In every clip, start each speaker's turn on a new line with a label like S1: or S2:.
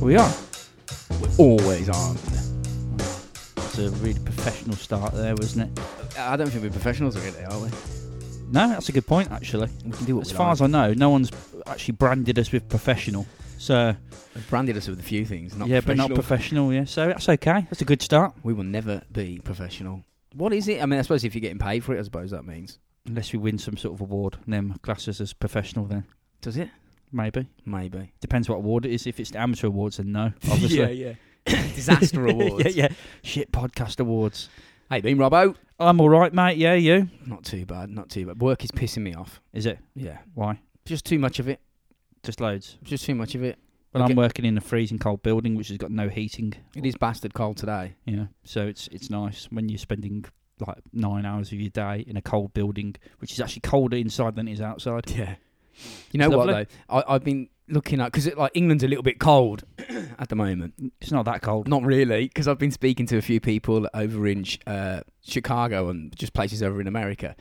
S1: we are. We're always on.
S2: It's a really professional start there, wasn't it?
S1: I don't think we're professionals really, are we?
S2: No, that's a good point actually.
S1: We can do what
S2: As
S1: we
S2: far
S1: like.
S2: as I know, no one's actually branded us with professional. So
S1: They've branded us with a few things, not
S2: yeah, but
S1: professional.
S2: not professional. Yeah, so that's okay. That's a good start,
S1: we will never be professional. What is it? I mean, I suppose if you're getting paid for it, I suppose that means.
S2: unless we win some sort of award. And then class us as professional. Then
S1: Does it?
S2: maybe
S1: Maybe.
S2: depends what award it is. If it's the amateur awards, then no, obviously.
S1: yeah, yeah. Disaster awards.
S2: yeah, yeah. Shit, podcast awards.
S1: How you been, Robbo?
S2: I'm all right, mate. Yeah, you.
S1: Not too bad, not too bad. Work is pissing me off.
S2: Is it?
S1: Yeah.
S2: Why?
S1: Just too much of it.
S2: Just loads.
S1: Just too much of it.
S2: Well,
S1: Okay.
S2: I'm working in a freezing cold building which has got no heating.
S1: It is bastard cold today.
S2: You know, so it's it's nice when you're spending like nine hours of your day in a cold building, which is actually colder inside than it is outside.
S1: Yeah. You know
S2: It's
S1: what
S2: lovely.
S1: though? I, I've been looking at because like England's a little bit cold at the moment.
S2: It's not that cold.
S1: Not really, because I've been speaking to a few people over in Ch- uh, Chicago and just places over in America,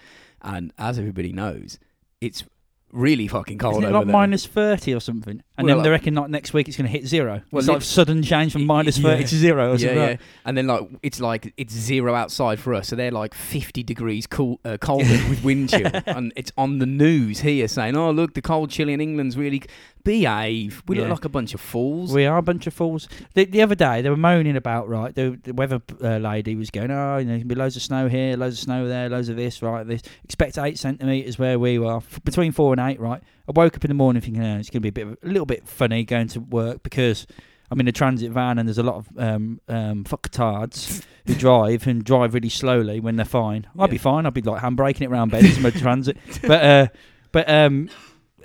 S1: and as everybody knows, it's really fucking cold
S2: Isn't it
S1: over
S2: like
S1: there.
S2: minus thirty or something? And
S1: Well,
S2: then they
S1: like-
S2: reckon like next week it's going to hit zero.
S1: Well,
S2: it's like
S1: lit-
S2: sudden change from minus thirty
S1: Yeah.
S2: to zero. Or
S1: yeah,
S2: something
S1: yeah.
S2: like
S1: And then like it's like it's zero outside for us, so they're like fifty degrees cool, uh, colder with wind chill, and it's on the news here saying, "Oh look, the cold chill in England's really c-" behave." We
S2: Yeah.
S1: look like a bunch of fools.
S2: that. We are a bunch of fools. The, the other day they were moaning about right. The, the weather uh, lady was going, oh, you know, there's gonna be loads of snow here, loads of snow there, loads of this, right, this. Expect eight centimeters where we were, f- between four and eight, right. I woke up in the morning thinking oh, it's going to be a bit, of- a little bit funny going to work because I'm in a transit van and there's a lot of um, um, fucktards who drive and drive really slowly when they're fine. I'd be
S1: Yeah.
S2: fine. I'd be like handbraking it round bends in my transit, but uh, but um.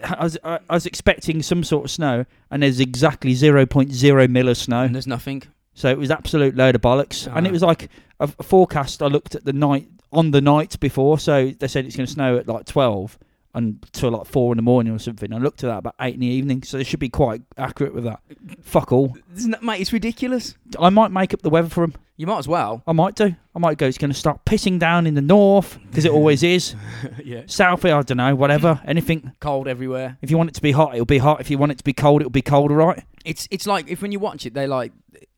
S2: I was, I I was expecting some sort of snow, and there's exactly 0.0 mill of snow.
S1: and there's nothing.
S2: So it was absolute load of bollocks, and it
S1: Ah.
S2: was like a, a forecast. I looked at the night on the night before, so they said it's going to snow at like twelve until like four in the morning or something. I looked at that about eight in the evening, so they should be quite accurate with that. Fuck all.
S1: There's no- mate, it's ridiculous.
S2: I might make up the weather for them.
S1: You might as well.
S2: I might do. I might go. It's going to start pissing down in the north because it always is.
S1: yeah.
S2: South, I don't know. Whatever, anything.
S1: Cold everywhere.
S2: If you want it to be hot, it'll be hot. If you want it to be cold, it'll be cold. All right.
S1: It's it's like if when you watch it, they like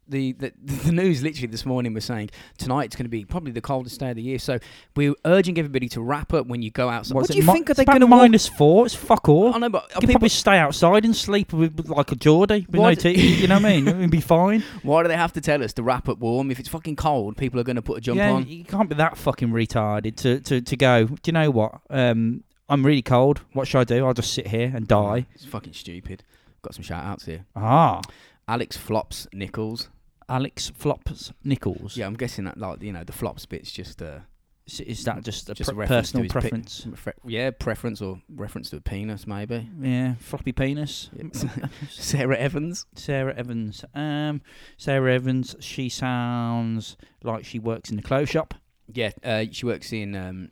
S1: the, the the news literally this morning was saying tonight it's going to be probably the coldest day of the year. So we're urging everybody to wrap up when you go outside. What,
S2: What's
S1: do
S2: it,
S1: you
S2: mi-
S1: think are
S2: it's
S1: they
S2: about
S1: going to
S2: minus four? It's fuck all.
S1: I know, but are
S2: You could
S1: people,
S2: probably stay outside and sleep with, with like a Geordie with
S1: Why
S2: no
S1: d-
S2: teeth. You know what I mean? It'd be fine.
S1: why do they have to tell us to wrap up warm if it's fucking cold? People are going to put a jump
S2: yeah,
S1: on.
S2: you can't be that fucking retarded to, to, to go. Do you know what? Um, I'm really cold. What should I do? I'll just sit here and die.
S1: It's fucking stupid. Got some shout outs here.
S2: Ah,
S1: Alex Flops Nichols.
S2: Alex Flops Nichols.
S1: Yeah, I'm guessing that like you know the flops bit's just uh,
S2: is, is that just a
S1: Just
S2: pre-
S1: a reference to
S2: personal
S1: his pic-
S2: preference?
S1: fre- yeah preference or reference to a penis maybe.
S2: yeah, floppy penis.
S1: Sarah Evans.
S2: Sarah Evans. Um, Sarah Evans. She sounds like she works in the clothes shop.
S1: Yeah, uh, she works in. Um,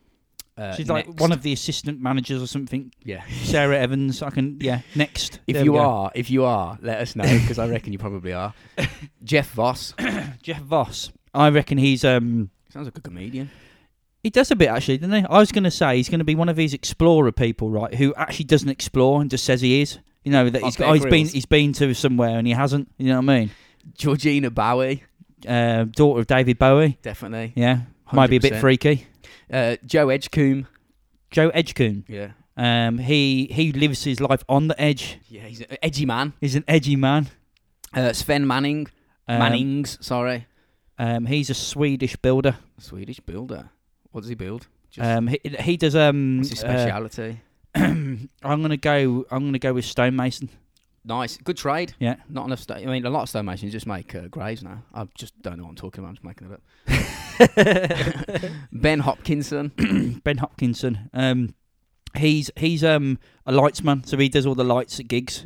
S1: uh,
S2: She's like
S1: Next.
S2: one of the assistant managers or something.
S1: Yeah.
S2: Sarah Evans. I can. Yeah. Next.
S1: If
S2: There we
S1: you
S2: go.
S1: are, if you are, let us know because I reckon you probably are. Jeff Voss
S2: Jeff Voss. I reckon he's um
S1: sounds like a comedian.
S2: he does a bit actually, doesn't he? I was going to say he's going to be one of these explorer people, right? Who actually doesn't explore and just says he is. You know that
S1: Like
S2: he's
S1: Bear
S2: got, oh, he's been
S1: Grylls.
S2: he's been to somewhere and he hasn't. You know what I mean?
S1: Georgina Bowie,
S2: Uh, daughter of David Bowie.
S1: definitely.
S2: Yeah, might be a bit
S1: 100%.
S2: freaky.
S1: Uh, Joe Edgecombe.
S2: Joe Edgecombe.
S1: Yeah,
S2: Um, he he lives his life on the edge.
S1: yeah, he's an edgy man.
S2: He's an edgy man.
S1: Uh, Sven Manning,
S2: Um,
S1: Mannings, sorry,
S2: Um, he's a Swedish builder.
S1: Swedish builder. What does he build? Just,
S2: Um, he, he does um.
S1: what's his
S2: uh,
S1: speciality?
S2: I'm gonna go. I'm gonna go with stonemason.
S1: Nice, good trade.
S2: Yeah.
S1: not enough. Sto- I mean, a lot of stonemasons just make uh, graves now. I just don't know what I'm talking about. I'm just making it up. Ben Hopkinson.
S2: Ben Hopkinson. Um, he's he's um a lights man, so he does all the lights at gigs.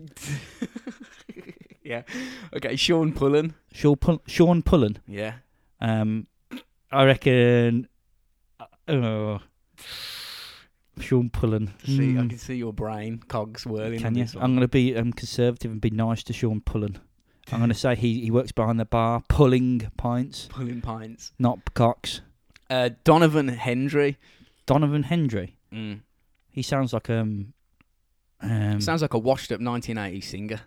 S1: yeah. Okay, Sean Pullen.
S2: Sean, Pull- Sean Pullen.
S1: Yeah.
S2: Um, I reckon. Oh, Sean Pullen.
S1: See, I
S2: Hmm.
S1: can see your brain cogs whirling.
S2: Can you? I'm going to be um, conservative and be nice to Sean Pullen. I'm going to say he, he works behind the bar pulling pints,
S1: pulling pints.
S2: not cocks.
S1: Uh, Donovan Hendry.
S2: Donovan Hendry. He sounds like um. um
S1: Sounds like a washed-up 1980s singer.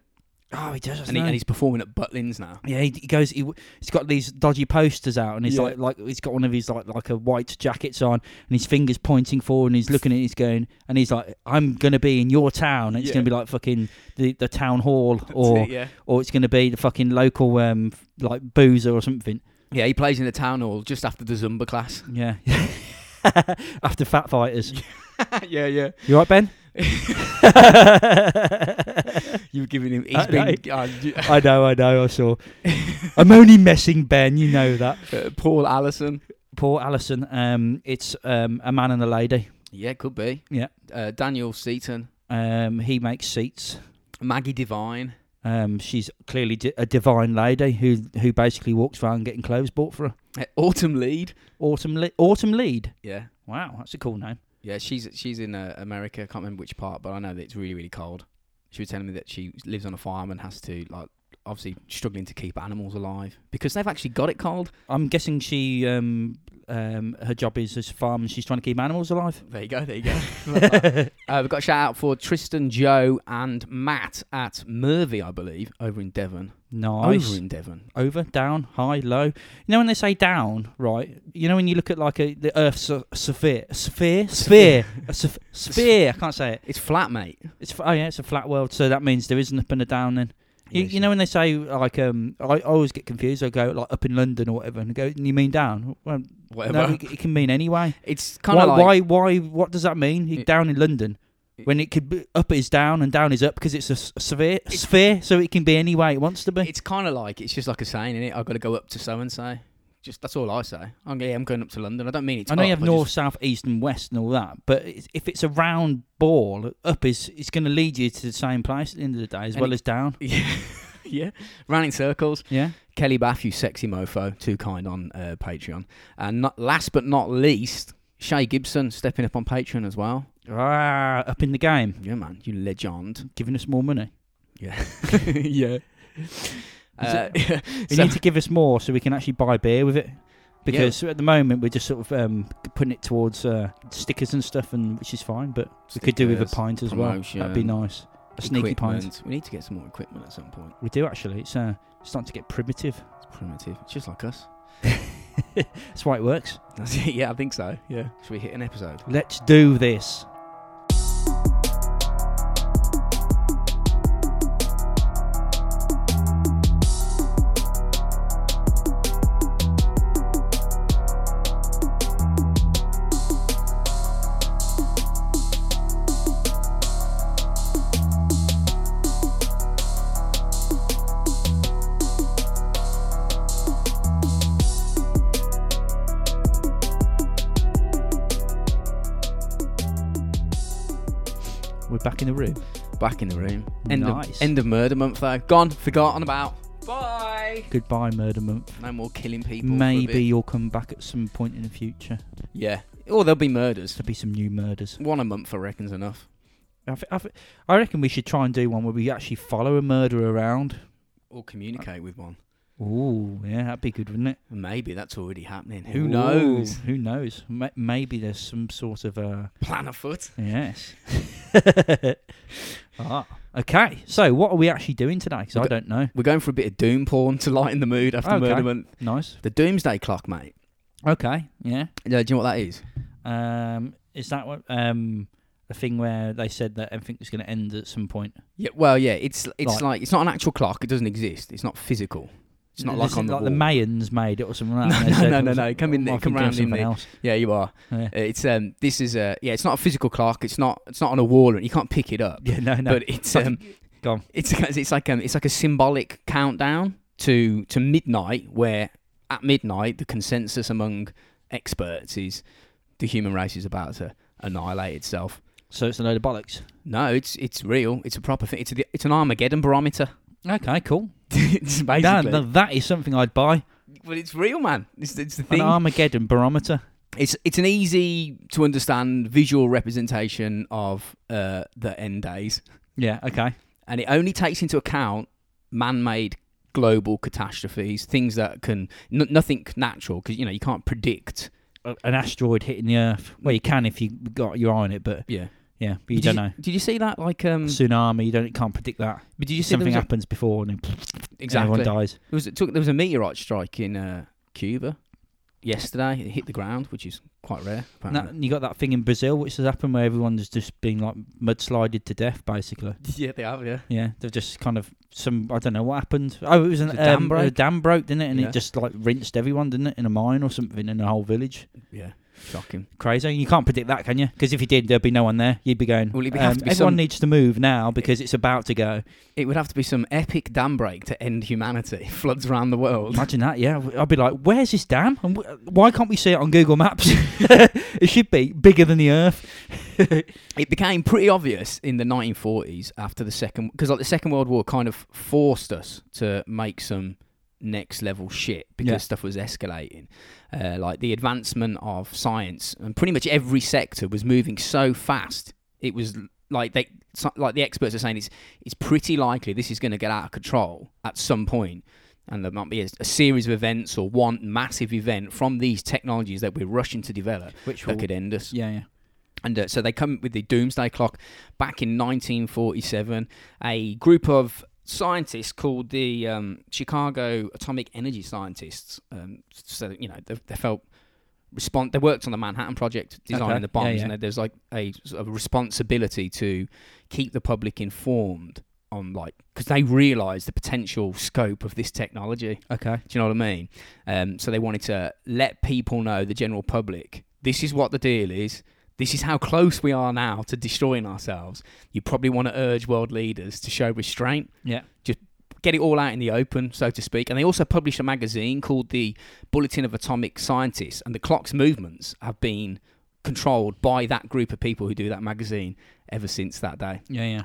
S2: Oh, he does. doesn't
S1: and, he,
S2: he?
S1: and he's performing at Butlins now.
S2: Yeah, he, he goes. He, he's got these dodgy posters out, and he's
S1: Yeah.
S2: like, like he's got one of his like like a white jackets on, and his fingers pointing forward, and he's looking at. He's going, and he's like, "I'm gonna be in your town, and it's
S1: Yeah.
S2: gonna be like fucking the, the town hall, or
S1: yeah,
S2: or it's gonna be the fucking local um f- like boozer or something."
S1: yeah, he plays in the town hall just after the Zumba class.
S2: Yeah. After fat fighters,
S1: yeah, yeah.
S2: you right, Ben?
S1: You've given him. He's
S2: I
S1: been.
S2: like-
S1: uh, d-
S2: I know, I know, I saw. I'm only messing, Ben. You know that.
S1: uh, Paul Allison.
S2: Poor Alison. Um, it's um a man and a lady.
S1: Yeah, could be.
S2: Yeah.
S1: Uh, Daniel Seaton.
S2: Um, he makes seats.
S1: Maggie Divine.
S2: Um, she's clearly di- a divine lady who who basically walks around getting clothes bought for her.
S1: Uh, Autumn Lead.
S2: Autumn Le- Autumn Lead.
S1: Yeah.
S2: Wow, that's a cool name.
S1: Yeah, she's she's in uh, America. I can't remember which part, but I know that it's really really cold. She was telling me that she lives on a farm and has to like obviously struggling to keep animals alive because they've actually got it cold.
S2: I'm guessing she um um her job is as a farm and she's trying to keep animals alive.
S1: There you go. There you go. uh, we've got a shout out for Tristan, Joe, and Matt at Murphy, I believe, over in Devon.
S2: Nice.
S1: Over
S2: Over.
S1: in Devon.
S2: down, high, low. You know when they say down, right? You know when you look at like a the Earth's a, sphere, sphere, sphere, a sph- sphere. I can't say it.
S1: It's flat, mate.
S2: It's f- oh yeah, it's a flat world, so that means there is an up and a down. Then You, you know when they say like um, I, I always get confused. I go like up in London or whatever, and I go, you mean down? Well,
S1: whatever.
S2: no, it, it can mean anyway.
S1: it's kind
S2: Why,
S1: of Uh, like
S2: why? Why? What does that mean? You
S1: It-
S2: down in London,
S1: It-
S2: when it could be up is down and down is up because it's a, s- a sphere, sphere, so it can be any way it wants to be.
S1: it's kind of like it's just like a saying, innit? I've got to go up to so and so. Just that's all I say. I'm, yeah, I'm going up to London. I don't mean it's.
S2: I know you have
S1: up, just-
S2: north, south, east, and west and all that, but it's, if it's a round ball, up is it's going to lead you to the same place at the end of the day as
S1: And
S2: well
S1: it-
S2: as down.
S1: Yeah. yeah. Round in circles.
S2: Yeah.
S1: Kelly Bath, you sexy mofo. Too kind on uh, Patreon. And not, last but not least, Shay Gibson stepping up on Patreon as well.
S2: Ah, up in the game,
S1: Yeah, man. You legend.
S2: giving us more money.
S1: Yeah. yeah. Uh,
S2: You
S1: so-
S2: need to give us more so we can actually buy beer with it. Because at the moment we're just sort of um, putting it towards uh, stickers and stuff, and which is fine. But we could do with a
S1: Stickers,
S2: pint as well. That'd be
S1: promotion,
S2: nice. A sneaky pint.
S1: equipment. We need to get some more equipment at some point.
S2: We do actually. It's uh, it's starting to get primitive.
S1: It's primitive. It's just like us.
S2: That's why it works.
S1: That's it. Yeah, I think so. Yeah. Should we hit an episode?
S2: Let's do this. We're back in the room.
S1: Back in the room. End
S2: Nice.
S1: of end of murder month though. Gone. Forgotten about. Bye.
S2: Goodbye, Murder Month.
S1: No more killing people. for a bit.
S2: Maybe you'll come back at some point in the future.
S1: Yeah. Or there'll be murders.
S2: There'll be some new murders.
S1: One a month, I reckon's enough.
S2: I, th- I, th- I reckon we should try and do one where we actually follow a murderer around.
S1: Or communicate with one.
S2: Ooh, yeah, that'd be good, wouldn't it?
S1: Maybe that's already happening. Who
S2: Ooh,
S1: knows?
S2: Who knows? Ma maybe there's some sort of uh
S1: Plan afoot.
S2: yes. ah, okay. So what are we actually doing today? Because I
S1: Okay.
S2: don't know.
S1: We're going for a bit of doom porn to lighten the mood after
S2: Okay.
S1: Murder Month.
S2: Nice.
S1: The Doomsday Clock, mate.
S2: Okay. Yeah.
S1: Yeah, do you know what that is?
S2: Um, is that what um the thing where they said that everything was going to end at some point?
S1: Yeah. Well, yeah. It's it's
S2: Like-
S1: like, it's not an actual clock. It doesn't exist. It's not physical. It's not like
S2: This
S1: on
S2: is
S1: the
S2: like
S1: wall.
S2: the Mayans made it or something. Like that.
S1: No,
S2: and they
S1: no,
S2: said
S1: no,
S2: it
S1: no,
S2: was-
S1: no, come in there,
S2: might be
S1: come
S2: doing
S1: round in
S2: something
S1: there.
S2: else.
S1: yeah, you are.
S2: Yeah.
S1: It's um. This is a yeah. It's not a physical clock. It's not. It's not on a wall. and You can't pick it up.
S2: Yeah, no, no.
S1: But it's um.
S2: Go on.
S1: It's it's like um. It's like a symbolic countdown to to midnight, where at midnight the consensus among experts is the human race is about to annihilate itself.
S2: so it's a load of bollocks.
S1: No, it's it's real. It's a proper thing. It's a, it's an Armageddon barometer.
S2: Okay, cool.
S1: it's
S2: Yeah,
S1: basically,
S2: no, that is something I'd buy.
S1: but it's real, man. It's, it's the
S2: An
S1: thing.
S2: Armageddon barometer.
S1: it's it's an easy to understand visual representation of uh, the end days,
S2: Yeah. Okay.
S1: and it only takes into account man-made global catastrophes, things that can n- nothing natural because you know you can't predict.
S2: a- an asteroid hitting the Earth. Well, you can if you got your eye on it, but
S1: Yeah,
S2: Yeah, but you
S1: did
S2: don't know. Mm.
S1: Did you see that? Like, um,
S2: Tsunami, you don't can't predict that.
S1: but did you see there
S2: Something
S1: was a-
S2: happens before and then
S1: exactly?
S2: everyone dies.
S1: There was, it took, there was a meteorite strike in uh, Cuba yesterday. It hit the ground, which is quite rare.
S2: And
S1: Apparently.
S2: that, you got that thing in Brazil which has happened where everyone's just been like mudslided to death basically.
S1: Yeah, they have. Yeah.
S2: Yeah, they've just kind of some I don't know what happened. Oh, it was an
S1: It was a dam
S2: um,
S1: break?
S2: A dam broke, didn't it? And
S1: Yeah.
S2: it just like rinsed everyone, didn't it? In a mine or something in the whole village.
S1: Yeah. Shocking.
S2: Crazy. You can't predict that, can you? Because if you did, there'd be no one there. You'd be going.
S1: Well, it'd have
S2: um,
S1: to be
S2: everyone
S1: some-
S2: needs to move now because it's about to go.
S1: It would have to be some epic dam break to end humanity. Floods around the world.
S2: Imagine that. Yeah, I'd be like, "Where's this dam? And wh- why can't we see it on Google Maps? it should be bigger than the Earth."
S1: it became pretty obvious in the 1940s after the second because like the second world war kind of forced us to make some next level shit because
S2: Yeah.
S1: stuff was escalating uh, like the advancement of science and pretty much every sector was moving so fast it was l- like they so- like the experts are saying it's it's pretty likely this is going to get out of control at some point and there might be a, a series of events or one massive event from these technologies that we're rushing to develop
S2: Which
S1: that could end us
S2: yeah, yeah.
S1: and uh, so they come with the doomsday clock back in 1947. A group of scientists called the um, Chicago Atomic Energy Scientists. Um, so you know they, they felt respond. They worked on the Manhattan Project, designing
S2: Okay.
S1: the bombs,
S2: Yeah, yeah.
S1: and there- there's like a, sort of responsibility to keep the public informed on like because they realised the potential scope of this technology.
S2: Okay.
S1: Do you know what I mean? Um, so they wanted to let people know, the general public, this is what the deal is. This is how close we are now to destroying ourselves. You probably want to urge world leaders to show restraint,
S2: Yeah.
S1: get it all out in the open, so to speak. And they also published a magazine called the Bulletin of Atomic Scientists, and the clock's movements have been controlled by that group of people who do that magazine ever since that day.
S2: Yeah, yeah.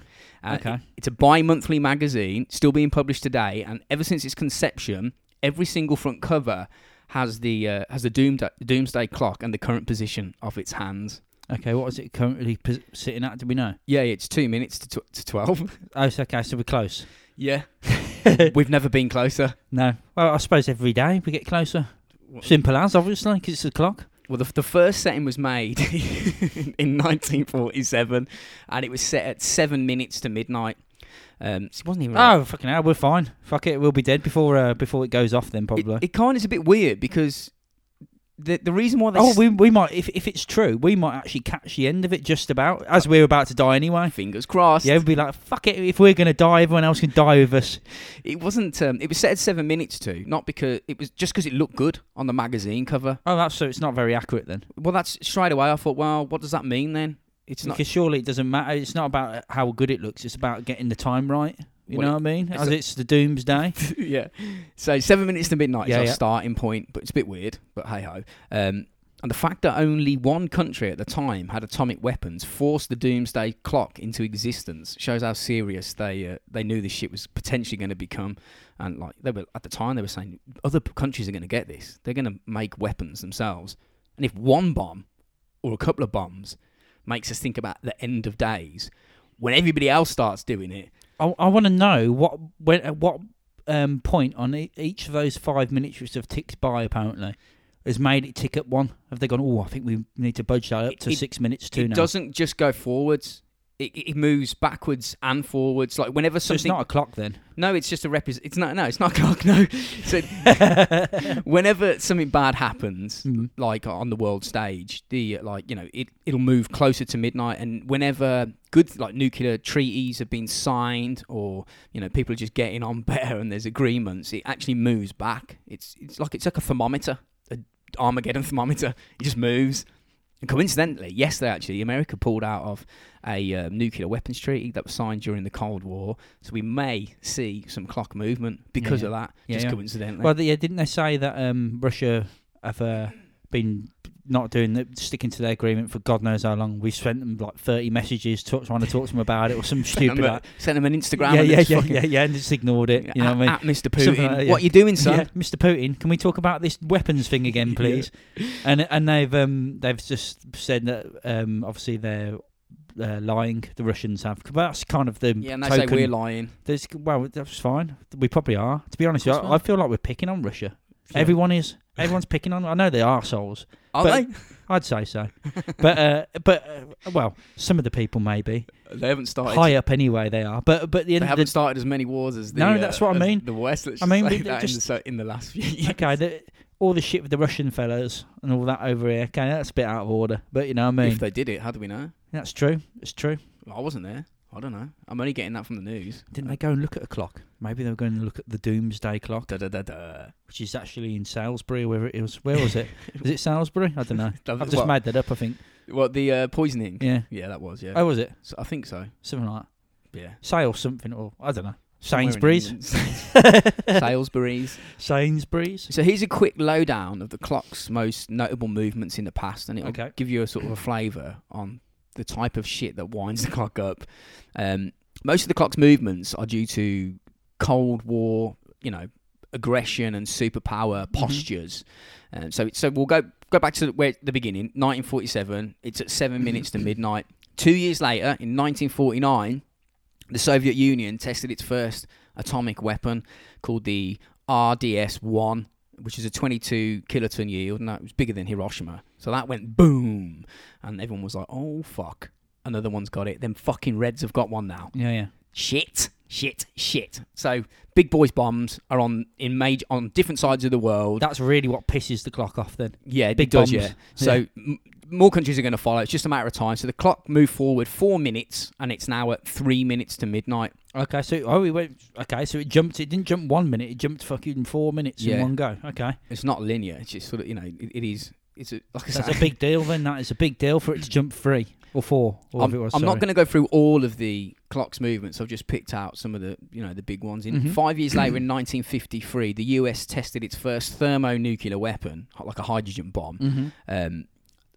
S1: Uh,
S2: Okay.
S1: it- it's a bi monthly magazine, still being published today, and ever since its conception, every single front cover has the uh, has the doomsday, doomsday clock and the current position of its hands.
S2: Okay, what is it currently pos- sitting at? Do we know?
S1: Yeah, it's two minutes to, tw- to 12.
S2: Oh, it's okay, so we're close.
S1: yeah. We've never been closer.
S2: No. Well, I suppose every day we get closer. Simple as, obviously, 'cause it's the clock.
S1: Well, the, the first setting was made in 1947, and it was set at seven minutes to midnight. Um, so it wasn't even.
S2: Oh, fucking hell, we're fine. Fuck it, we'll be dead before uh, before it goes off then,
S1: it,
S2: probably.
S1: it kind of is a bit weird because the the reason why they
S2: oh,
S1: s-
S2: we, we might, if, if it's true, we might actually catch the end of it just about, as we're about to die anyway.
S1: fingers crossed.
S2: Yeah, we'll be like, fuck it, if we're going to die, everyone else can die with us.
S1: It wasn't. Um, it was set at seven minutes to, not because it was just because it looked good on the magazine cover.
S2: Oh, that's so it's not very accurate then.
S1: Well, that's straight away. I thought, well, what does that mean then? It's not.
S2: because surely it doesn't matter. It's not about how good it looks, it's about getting the time right. You
S1: Well,
S2: know what I mean?
S1: it's
S2: As
S1: a-
S2: it's the doomsday.
S1: yeah. So seven minutes to midnight
S2: Yeah,
S1: is our
S2: yeah.
S1: starting point, but it's a bit weird. But hey ho. Um, and the fact that only one country at the time had atomic weapons forced the doomsday clock into existence shows how serious they uh, they knew this shit was potentially going to become. And like they were at the time, they were saying other p- countries are going to get this. They're going to make weapons themselves. And if one bomb or a couple of bombs makes us think about the end of days, when everybody else starts doing it,
S2: I, I want to know what when at what um, point on e- each of those five minutes which have ticked by apparently has made it tick up one. Have they gone? Oh, I think we need to budge that up to
S1: It-
S2: six minutes two
S1: it
S2: now.
S1: doesn't just go forwards. It, it it moves backwards and forwards. Like whenever
S2: so it's
S1: something,
S2: not a clock then.
S1: no, it's just a rep. It's not. No, it's not a clock. No. So whenever something bad happens,
S2: Mm.
S1: like on the world stage, the uh, like you know it it'll move closer to midnight. And whenever good like nuclear treaties have been signed, or you know people are just getting on better, and there's agreements, it actually moves back. It's it's like it's like a thermometer, an Armageddon thermometer. It just moves. And coincidentally, yesterday actually, America pulled out of a uh, nuclear weapons treaty that was signed during the Cold War. So we may see some clock movement because
S2: yeah.
S1: of that,
S2: Yeah,
S1: just
S2: yeah.
S1: coincidentally.
S2: Well, yeah, didn't they say that um, Russia have uh, been not doing the, sticking to their agreement for God knows how long? We sent them like thirty messages to, trying to talk to them about it or some stupid.
S1: Send them,
S2: like,
S1: a- send them an Instagram.
S2: yeah,
S1: and
S2: yeah,
S1: it's
S2: yeah,
S1: fucking-
S2: yeah, yeah, and just ignored it. You know what
S1: at,
S2: I mean?
S1: at Mr.
S2: Something
S1: Putin,
S2: like that,
S1: what you doing, son?
S2: Yeah, Mr. Putin, can we talk about this weapons thing again, please? And and they've um they've just said that um obviously they're uh, lying. The Russians have. But that's kind of the
S1: Yeah, and they
S2: token.
S1: say we're lying.
S2: There's, well, that's fine. We probably are. To be honest, with you,
S1: Of course
S2: I, I feel like we're picking on Russia.
S1: Yeah.
S2: Everyone is. Everyone's picking on. I know they are souls.
S1: Are
S2: But- I'd say so. But uh, but uh, well, some of the people maybe
S1: they? They haven't started.
S2: high up anyway they are. But but the
S1: They
S2: end of
S1: haven't
S2: the,
S1: started as many wars as the.
S2: No,
S1: uh,
S2: that's what I
S1: as
S2: mean.
S1: The West. Let's
S2: I
S1: I
S2: mean,
S1: mean,
S2: we-
S1: that
S2: just-
S1: in, the, so- in the last few years.
S2: okay, the, all the shit with the Russian fellas and all that over here. Okay, that's a bit out of order. But you know what I mean.
S1: If they did it, how do we know?
S2: that's true. It's true.
S1: I wasn't there. I don't know. I'm only getting that from the news.
S2: Didn't they go and look at a clock? Maybe they were going to look at the Doomsday clock,
S1: Uh, Da da da da.
S2: which is actually in Salisbury, or wherever it was. Where was it? was it Salisbury? I don't know.
S1: That
S2: I've
S1: was
S2: just
S1: what-
S2: made that up. I think.
S1: What the uh, poisoning?
S2: Yeah.
S1: Yeah, that was. Yeah,
S2: Oh, was it
S1: so, I think so.
S2: something like
S1: Yeah,
S2: that? Sale something, or I don't know.
S1: Somewhere in
S2: Sainsbury's.
S1: England. Salisbury's.
S2: Sainsbury's.
S1: So here's a quick lowdown of the clock's most notable movements in the past, and it'll
S2: Okay.
S1: give you a sort of a flavour on the type of shit that winds the clock up. Um, most of the clock's movements are due to Cold War, you know, aggression and superpower postures. Um, so, it, so we'll go go back to where the beginning, 1947. It's at seven minutes to midnight. Two years later, in 1949, the Soviet Union tested its first atomic weapon called the RDS 1, which is a 22 kiloton yield, and that was bigger than Hiroshima. So that went boom, and everyone was like, oh fuck, another one's got it. Them fucking Reds have got one now.
S2: Yeah, yeah.
S1: Shit, shit, shit. So big boys' bombs are on in major on different sides of the world.
S2: That's really what pisses the clock off. Then
S1: Yeah, it
S2: Big bombs.
S1: does, yeah. So
S2: Yeah.
S1: M- more countries are going to follow. It's just a matter of time. So the clock moved forward four minutes, and it's now at three minutes to midnight.
S2: okay, so oh, we went. Okay, so it jumped. It didn't jump one minute. It jumped fucking four minutes in
S1: Yeah.
S2: one go. Okay,
S1: It's not linear. It's just sort of you know it, it is. It's a, like I
S2: that's
S1: said,
S2: a big deal. Then that is a big deal for it to jump three or four. Or
S1: I'm,
S2: if it was,
S1: I'm
S2: sorry.
S1: not going to go through all of the clock's movements. I've just picked out some of the you know the big ones. In
S2: Mhm.
S1: five years later, in 1953, the US tested its first thermonuclear weapon, h- like a hydrogen bomb.
S2: Mhm.
S1: Um,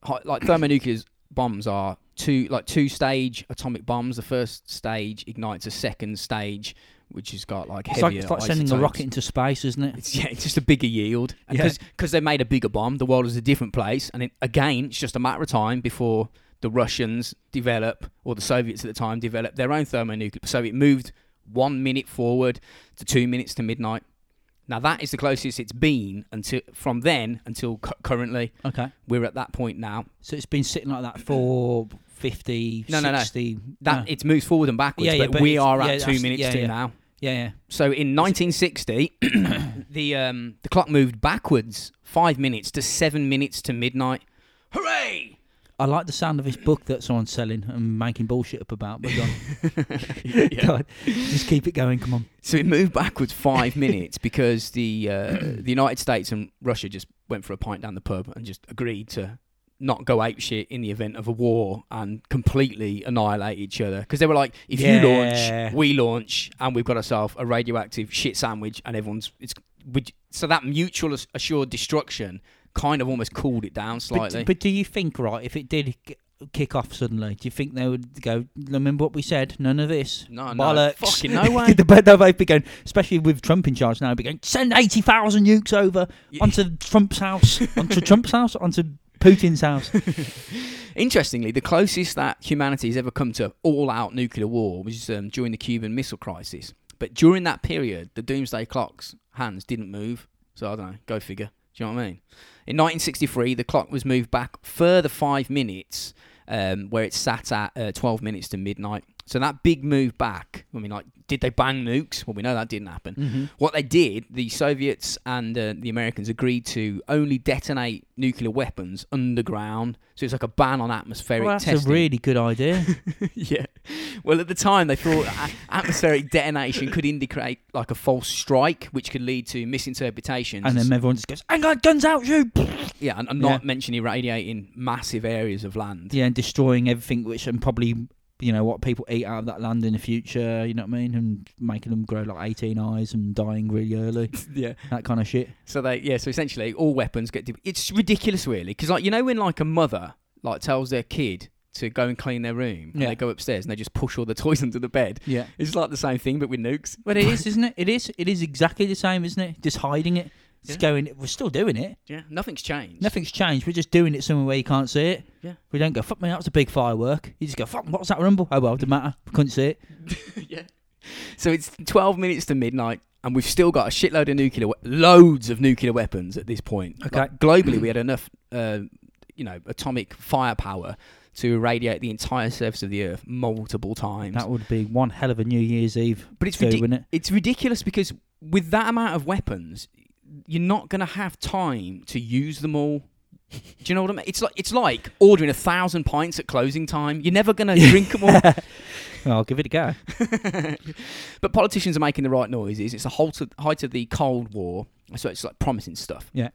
S1: hi- like thermonuclear bombs are two like two stage atomic bombs. The first stage ignites a second stage, which has got like
S2: It's like,
S1: heavier.
S2: it's like sending a
S1: isotopes.
S2: rocket into space, isn't it?
S1: It's, yeah, it's just a bigger yield
S2: Yeah.
S1: because they made a bigger bomb. The world is a different place, and it, again, it's just a matter of time before the Russians develop or the Soviets at the time develop their own thermonuclear. So it moved one minute forward to two minutes to midnight. Now that is the closest it's been until from then until cu- currently.
S2: Okay,
S1: We're at that point now.
S2: so it's been sitting like that for 50,
S1: No, no, no.
S2: 60.
S1: That
S2: no.
S1: it's moves forward and backwards,
S2: Ah. Yeah, yeah,
S1: but,
S2: but
S1: we
S2: it's-
S1: are
S2: yeah,
S1: at two
S2: that's-
S1: minutes
S2: yeah,
S1: to
S2: yeah.
S1: now.
S2: yeah, yeah.
S1: So in 1960, the um, the clock moved backwards five minutes to seven minutes to midnight. Hooray!
S2: I like the sound of this book that someone's selling and making bullshit up about. But go on.
S1: Yeah.
S2: Go on. just keep it going. Come on.
S1: So it moved backwards five minutes because the uh, the United States and Russia just went for a pint down the pub and just agreed to not go ape shit in the event of a war and completely annihilate each other because they were like, if you
S2: Yeah.
S1: launch, we launch, and we've got ourselves a radioactive shit sandwich, and everyone's it's we, so that mutual ass- assured destruction kind of almost cooled it down
S2: But,
S1: slightly.
S2: but do you think, right, if it did k- kick off suddenly, do you think they would go, remember what we said? None of this.
S1: Oh, no, no,
S2: Bollocks.
S1: fucking no way.
S2: the, but they'd be going, especially with Trump in charge now, they'd be going, send 80,000 nukes over
S1: Yeah.
S2: onto Trump's house, onto Trump's house, onto Putin's house.
S1: Interestingly, the closest that humanity has ever come to all-out nuclear war was um, during the Cuban Missile Crisis. But during that period, the doomsday clock's hands didn't move. So I don't know. Go figure. Do you know what I mean? In 1963, the clock was moved back further five minutes, um, where it sat at uh, 12 minutes to midnight. So that big move back. I mean, like, did they bang nukes? Well, we know that didn't happen. What they did, the Soviets and uh, the Americans agreed to only detonate nuclear weapons underground. So it's like a ban on atmospheric
S2: Well, that's
S1: testing.
S2: a really good idea.
S1: yeah. Well, at the time, they thought a- atmospheric detonation could indicate like a false strike, which could lead to misinterpretations.
S2: and then everyone just goes, hang on, guns out, shoot!
S1: yeah, and, and not mention irradiating massive areas of land.
S2: Yeah, and destroying everything which, and probably, you know, what people eat out of that land in the future, you know what I mean? And making them grow like 18 eyes and dying really early,
S1: yeah.
S2: that kind of shit.
S1: So they yeah. So essentially, all weapons get. De- it's ridiculous, really, because like you know when like a mother like tells their kid to go and clean their room,
S2: Yeah.
S1: and they go upstairs and they just push all the toys under the bed.
S2: Yeah.
S1: It's like the same thing, but with nukes.
S2: But it is, isn't it? It is. It is exactly the same, isn't it? Just hiding it. Just going. We're still doing it.
S1: Yeah, nothing's changed.
S2: Nothing's changed. We're just doing it somewhere where you can't see it.
S1: Yeah.
S2: We don't go. Fuck me. That was a big firework. You just go. Fuck. What's that rumble? Oh well, didn't matter. We couldn't see it.
S1: yeah. So it's 12 minutes to midnight, and we've still got a shitload of nuclear, we- loads of nuclear weapons at this point.
S2: Okay.
S1: Like, globally, we had enough, uh, you know, atomic firepower to irradiate the entire surface of the Earth multiple times.
S2: That would be one hell of a New Year's Eve
S1: but it's
S2: too,
S1: ridiculous.
S2: wouldn't it?
S1: It's ridiculous because with that amount of weapons, you're not going to have time to use them all. Do you know what I mean? It's like it's like ordering a thousand pints at closing time. You're never going to drink them all.
S2: Well, I'll give it a go.
S1: but politicians are making the right noises. It's the halt of- height of the Cold War, so it's like promising stuff.
S2: Yeah.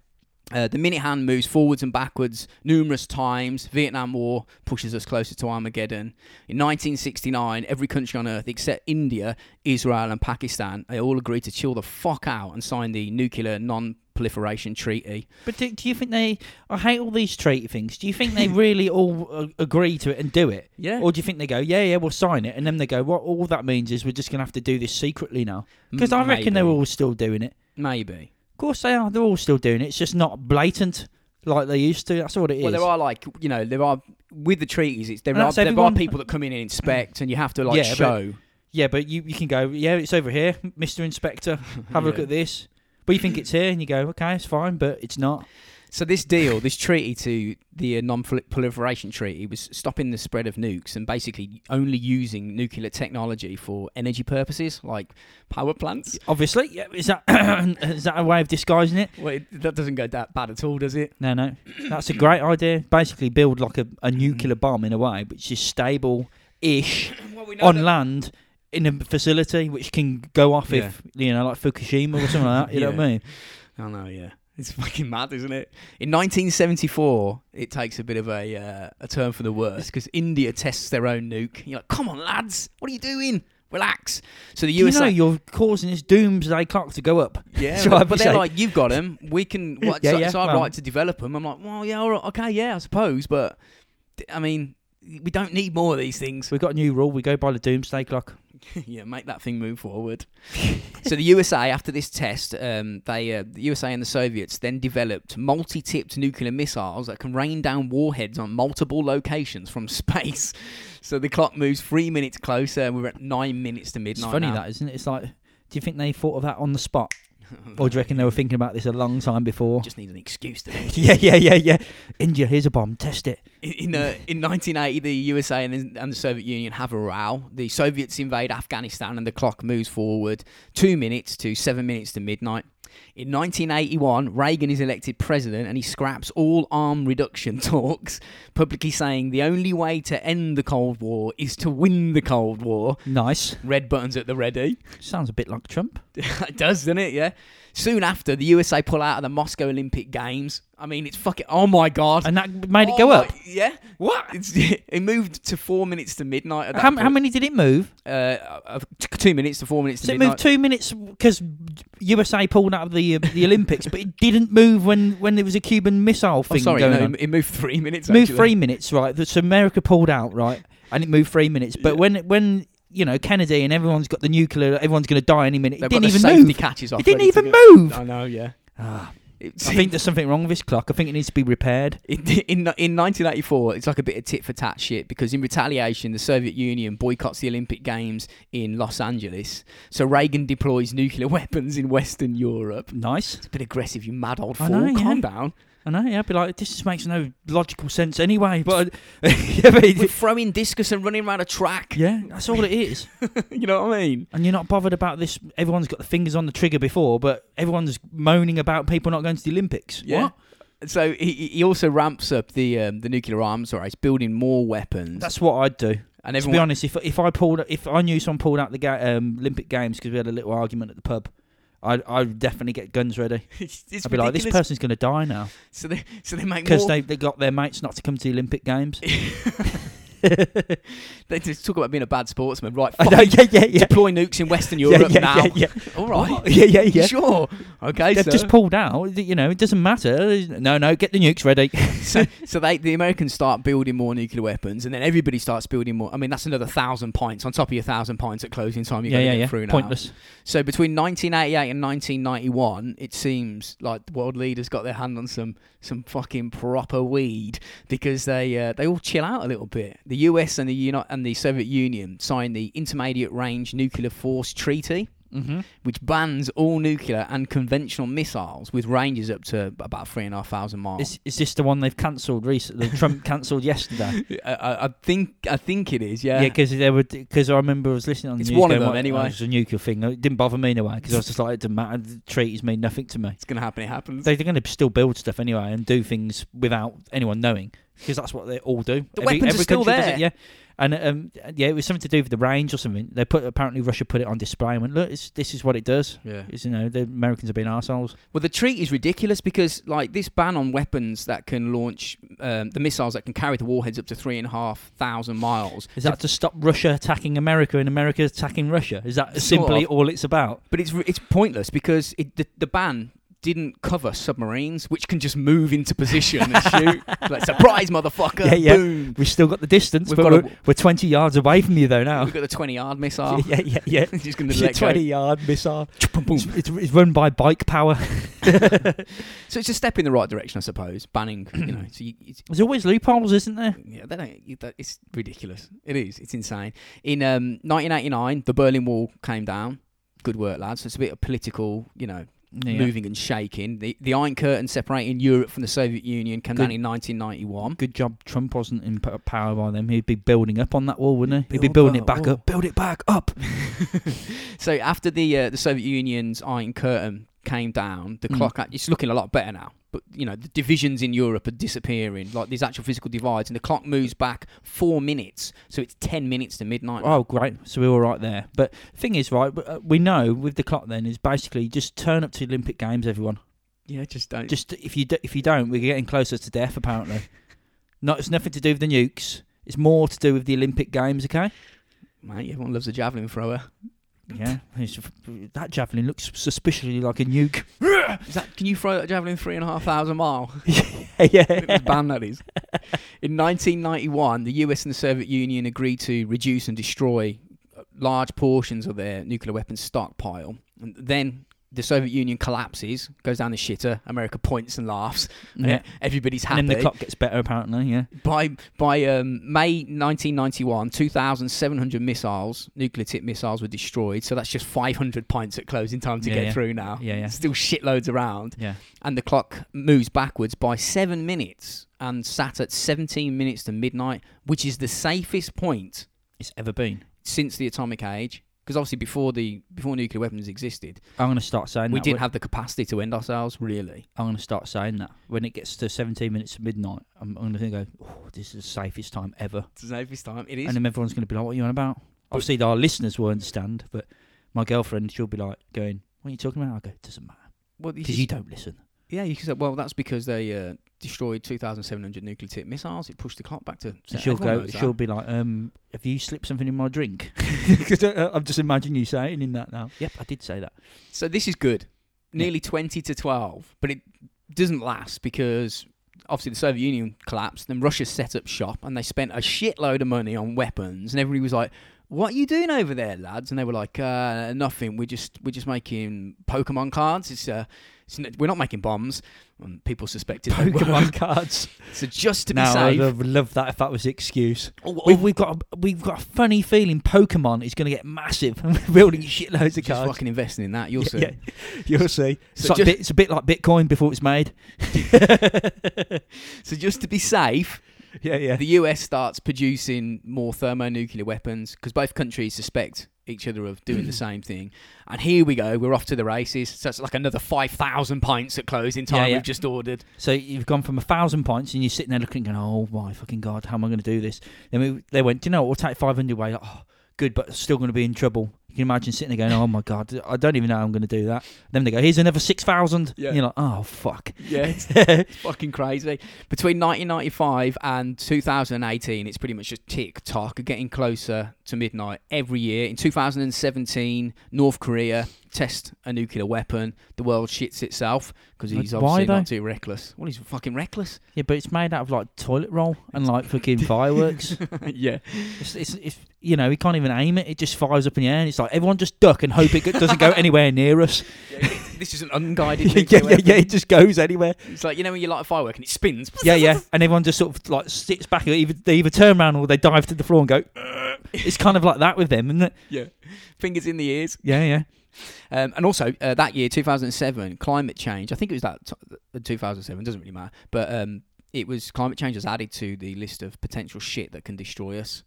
S1: Uh, the minute hand moves forwards and backwards numerous times. Vietnam War pushes us closer to Armageddon. In 1969, every country on earth except India, Israel, and Pakistan they all agreed to chill the fuck out and sign the Nuclear Non-Proliferation Treaty.
S2: But do, do you think they? I hate all these treaty things. Do you think they really all uh, agree to it and do it,
S1: Yeah.
S2: or do you think they go, yeah, yeah, we'll sign it, and then they go, what? all that means is we're just gonna have to do this secretly now? Because I reckon they're
S1: Maybe.
S2: all still doing it.
S1: maybe.
S2: Of course they are. They're all still doing it. It's just not blatant like they used to. That's all it is.
S1: Well, there are like you know there are with the treaties. It's, there
S2: And
S1: are
S2: that's
S1: there are
S2: everyone-
S1: people that come in and inspect, and you have to like
S2: Yeah, but-
S1: show.
S2: Yeah, but you, you can go, yeah, it's over here, Mister Inspector. Have a look
S1: Yeah.
S2: at this. But you think it's here, and you go, okay, it's fine, but it's not.
S1: So this deal, this treaty to the uh, non-proliferation treaty, was stopping the spread of nukes and basically only using nuclear technology for energy purposes, like power plants.
S2: Obviously, yeah, is that is that a way of disguising it?
S1: Well, it, that doesn't go that bad at all, does it?
S2: No, no. That's a great idea. Basically, build like a, a nuclear bomb in a way, which is stable ish
S1: Well, we
S2: on land in a facility which can go off if, you know, like Fukushima or something like that. You know what I mean?
S1: I know, yeah. It's fucking mad, isn't it? In 1974, it takes a bit of a uh, a turn for the worse because India tests their own nuke. You're like, come on, lads, what are you doing? Relax. So the
S2: You
S1: USA,
S2: know, you're causing this doomsday clock to go up.
S1: Yeah,
S2: So
S1: but,
S2: I'd
S1: but
S2: be
S1: they're
S2: saying-
S1: like, you've got them. We can. What,
S2: Yeah,
S1: so,
S2: yeah,
S1: so I'd
S2: well-
S1: like to develop them. I'm like, well, yeah, all right, okay, yeah, I suppose, but d- I mean, we don't need more of these things.
S2: We've got a new rule. We go by the doomsday clock.
S1: yeah, make that thing move forward. so the USA, after this test, um, they uh, the USA and the Soviets then developed multi-tipped nuclear missiles that can rain down warheads on multiple locations from space. so the clock moves three minutes closer, and we're at nine minutes to
S2: It's
S1: midnight.
S2: funny
S1: now.
S2: that, isn't it? It's like, do you think they thought of that on the spot? Or do you reckon they were thinking about this a long time before?
S1: just need an excuse to do it.
S2: yeah, yeah, yeah, yeah. India, here's a bomb. Test it.
S1: In in, uh, in 1980, the USA and, and the Soviet Union have a row. The Soviets invade Afghanistan, and the clock moves forward two minutes to seven minutes to midnight. In 1981, Reagan is elected president, and he scraps all arm reduction talks, publicly saying the only way to end the Cold War is to win the Cold War.
S2: Nice.
S1: Red buttons at the ready.
S2: Sounds a bit like Trump.
S1: it does, doesn't it? Yeah. Soon after, the USA pull out of the Moscow Olympic Games. I mean, it's fucking. Oh my god.
S2: And that made it
S1: Oh
S2: go
S1: my-
S2: up.
S1: Yeah. What? It's, it moved to four minutes to midnight. At that
S2: How, how
S1: point.
S2: many did it move?
S1: Uh, uh, t- two minutes to four minutes to
S2: So it
S1: midnight.
S2: moved two minutes because USA pulled out of the uh, the Olympics, but it didn't move when when there was a Cuban missile
S1: oh,
S2: thing
S1: sorry,
S2: going
S1: no,
S2: on.
S1: it moved three minutes.
S2: It moved
S1: actually.
S2: three minutes, right? So America pulled out, right, and it moved three minutes. But
S1: Yeah.
S2: when when you know Kennedy and everyone's got the nuclear, everyone's going to die any minute. It
S1: They've got
S2: didn't
S1: the
S2: even
S1: safety
S2: move.
S1: Catches off
S2: It didn't
S1: ready to
S2: even
S1: go.
S2: move.
S1: I know. Yeah.
S2: Ah,
S1: It's-
S2: I think there's something wrong with this clock. I think it needs to be repaired.
S1: In, in, in 1984, it's like a bit of tit for tat shit because in retaliation, the Soviet Union boycotts the Olympic Games in Los Angeles. So Reagan deploys nuclear weapons in Western Europe.
S2: Nice.
S1: It's a bit aggressive, you mad old
S2: I
S1: fool.
S2: know, yeah.
S1: Calm down.
S2: I know. Yeah, I'd be like, this just makes no logical sense anyway. But
S1: uh,
S2: yeah, but
S1: We're
S2: it-
S1: throwing discus and running around a track.
S2: yeah, that's all it is.
S1: you know what I mean?
S2: And you're not bothered about this. Everyone's got the fingers on the trigger before, but everyone's moaning about people not going to the Olympics.
S1: Yeah.
S2: What?
S1: So he, he he also ramps up the um, the nuclear arms race, building more weapons.
S2: That's what I'd do.
S1: and
S2: To be
S1: everyone,
S2: honest, if if I pulled, if I knew someone pulled out the ga- um, Olympic Games because we had a little argument at the pub, I'd I'd definitely get guns ready.
S1: it's, it's
S2: I'd be like, this
S1: ridiculous.
S2: person's going to die now
S1: So they so they make
S2: because
S1: more.
S2: they they got their mates not to come to the Olympic Games.
S1: They, just talk about being a bad sportsman, right?
S2: I
S1: Fine.
S2: know, yeah, yeah, yeah.
S1: Deploy nukes in Western
S2: Yeah,
S1: Europe
S2: yeah,
S1: now.
S2: yeah, yeah,
S1: All right.
S2: yeah, yeah, yeah.
S1: Sure. Okay.
S2: They've
S1: sir.
S2: just pulled out. You know, it doesn't matter. No, no, get the nukes ready.
S1: so, so they the Americans start building more nuclear weapons, and then everybody starts building more. I mean, that's another thousand pints on top of your thousand pints at closing time. You've
S2: yeah,
S1: got to
S2: yeah,
S1: get
S2: yeah.
S1: through now.
S2: Pointless.
S1: So between 1988 and 1991, it seems like the world leaders got their hand on some some fucking proper weed because they uh, they all chill out a little bit. The US and the Uni- and the Soviet Union signed the Intermediate Range Nuclear Force Treaty.
S2: Mm-hmm.
S1: which bans all nuclear and conventional missiles with ranges up to about three and a half thousand miles.
S2: Is, is this the one they've cancelled recently? Trump cancelled yesterday.
S1: I, I- I think I think it is. Yeah.
S2: Yeah, because they were. Because I remember I was listening on. The
S1: It's
S2: news
S1: one of
S2: going,
S1: them
S2: "What-
S1: anyway."
S2: oh, It's a nuclear thing. It didn't bother me in a way because I was just like, it doesn't matter. The treaties mean nothing to me.
S1: it's gonna happen. It happens.
S2: They, they're going to still build stuff anyway and do things without anyone knowing because that's what they all do.
S1: The weapons are still
S2: country does
S1: there.
S2: It, yeah, and um, yeah, it was something to do with the range or something. They put apparently Russia put it on display and went, look, it's, this is what it does.
S1: yeah.
S2: It's, you know, the Americans have been assholes.
S1: Well, the treat is ridiculous because, like, this ban on weapons that can launch um, the missiles that can carry the warheads up to three and a half thousand miles.
S2: Is that to stop Russia attacking America and America attacking Russia? Is that
S1: Sort
S2: simply
S1: of.
S2: all it's about?
S1: But it's it's pointless because it, the, the ban didn't cover submarines, which can just move into position and shoot. like, surprise, motherfucker!
S2: Yeah, yeah.
S1: Boom!
S2: We've still got the distance,
S1: We've
S2: but
S1: got a-
S2: we're, we're 20 yards away from you though now.
S1: We've got the twenty-yard missile.
S2: Oh. Yeah, yeah, yeah.
S1: just gonna
S2: It's a
S1: let go.
S2: 20 yard missile.
S1: Boom, boom.
S2: It's, it's, it's run by bike power.
S1: So it's a step in the right direction, I suppose. Banning, you know, so you, it's,
S2: There's always loopholes, isn't there?
S1: yeah, they don't, you- that, it's ridiculous. It is. It's insane. In um, 1989, the Berlin Wall came down. Good work, lads. So it's a bit of political, you know, moving and shaking. The the Iron Curtain separating Europe from the Soviet Union came down
S2: Good.
S1: in 1991.
S2: Good job Trump wasn't in p- power by then. He'd be building up on that wall, wouldn't he? He'd be
S1: Build
S2: building it
S1: that
S2: back
S1: wall.
S2: up. Build it back up.
S1: So after the uh, the Soviet Union's Iron Curtain came down, the
S2: Mm.
S1: clock act- it's looking a lot better now. But you know the divisions in Europe are disappearing, like these actual physical divides, and the clock moves back four minutes, so it's ten minutes to midnight.
S2: Oh, great. So we were all right there. But thing is, right, w- uh, we know with the clock then is basically just turn up to Olympic Games, everyone.
S1: Yeah, just don't.
S2: Just if you do, if you don't, we're getting closer to death, apparently. Not, it's nothing to do with the nukes. It's more to do with the Olympic Games, okay?
S1: Mate, everyone loves a javelin thrower.
S2: Yeah, it's- that javelin looks suspiciously like a nuke.
S1: Is that, can you throw a javelin three and a half thousand mile?
S2: yeah,
S1: It's banned, that is. In 1991, the US and the Soviet Union agreed to reduce and destroy uh, large portions of their nuclear weapons stockpile. And then the Soviet Union collapses, goes down the shitter. America points and laughs. and
S2: yeah.
S1: Everybody's happy.
S2: And then the clock gets better, apparently. Yeah,
S1: By by um, May 1991, 2,700 missiles, nuclear tip missiles, were destroyed. So that's just 500 pints at closing time to
S2: Yeah,
S1: get
S2: yeah.
S1: through now.
S2: Yeah, yeah.
S1: Still shitloads around.
S2: yeah.
S1: And the clock moves backwards by seven minutes and sat at 17 minutes to midnight, which is the safest point
S2: It's ever been.
S1: since the atomic age. Because obviously, before the before nuclear weapons existed,
S2: I'm gonna start saying
S1: we
S2: that.
S1: didn't have the capacity to end ourselves. Really,
S2: I'm gonna start saying that when it gets to 17 minutes to midnight. I'm, I'm gonna go. Oh, this is the safest time ever.
S1: it's the safest time. It is.
S2: And then everyone's gonna be like, "What are you on about?" Obviously, our listeners will understand, but my girlfriend, she'll be like, "Going, what are you talking about?" I go, "It doesn't matter
S1: well, you
S2: because you don't listen."
S1: Yeah, you could say, well, that's because they uh, destroyed 2,700 nuclear tip missiles. It pushed the clock back to.
S2: And she'll
S1: Everyone
S2: go.
S1: knows that.
S2: She'll be like, "Um, have you slipped something in my drink?" Because uh, I'm just imagining you saying in that now. Yep, I did say that.
S1: So this is good.
S2: Yeah.
S1: Nearly 20 to 12, but it doesn't last because obviously the Soviet Union collapsed, then Russia set up shop and they spent a shitload of money on weapons and everybody was like, "What are you doing over there, lads?" And they were like, uh, nothing. We're just we're just making Pokemon cards. It's uh it's n- we're not making bombs." And people suspected they were.
S2: Pokemon cards.
S1: So just to be
S2: now I'd
S1: safe.
S2: have loved that if that was the excuse.
S1: Oh, oh,
S2: We've, we've got a, we've got a funny feeling Pokemon is going to get massive. and we're building shitloads of
S1: just
S2: cards.
S1: fucking investing in that. You'll see.
S2: Yeah, yeah. You'll see. It's,
S1: So
S2: like
S1: just-
S2: bit, it's a bit like Bitcoin before it's made.
S1: So just to be safe,
S2: yeah, yeah.
S1: the US starts producing more thermonuclear weapons because both countries suspect each other of doing the same thing. And here we go, we're off to the races. So it's like another 5,000 pints at closing time
S2: Yeah, yeah.
S1: we've just ordered.
S2: so you've gone from a thousand points, and you're sitting there looking, going, "Oh my fucking god, how am I going to do this?" Then we, they went, "Do you know what? We'll take five hundred away." Like, oh, good, but still going to be in trouble. You can imagine sitting there going, "Oh my god, I don't even know how I'm going to do that." Then they go, "Here's another six thousand.
S1: Yeah.
S2: And You're like, "Oh fuck."
S1: Yeah, it's fucking crazy. Between 1995 and 2018, it's pretty much just tick tock, getting closer to midnight every year. In 2017, North Korea test a nuclear weapon. The world shits itself because he's
S2: Why
S1: obviously
S2: though?
S1: not too reckless. Well, he's fucking reckless.
S2: Yeah, but it's made out of like toilet roll and like fucking fireworks.
S1: yeah.
S2: It's, it's, it's you know, we can't even aim it. It just fires up in the air, and it's like everyone just duck and hope it go- doesn't go anywhere near us.
S1: This is an unguided
S2: yeah,
S1: nuclear
S2: yeah,
S1: weapon.
S2: yeah. It just goes anywhere.
S1: It's like you know when you light a firework and it spins.
S2: Yeah, yeah. And everyone just sort of like sits back. Either they either turn around or they "Uh." dive to the floor and go. "Ugh." It's kind of like that with them, isn't it?
S1: Yeah, fingers in the ears.
S2: Yeah, yeah.
S1: Um, and also uh, that year, 2007, climate change. I think it was that t- uh, 2007. Doesn't really matter. But um, it was climate change was added to the list of potential shit that can destroy us.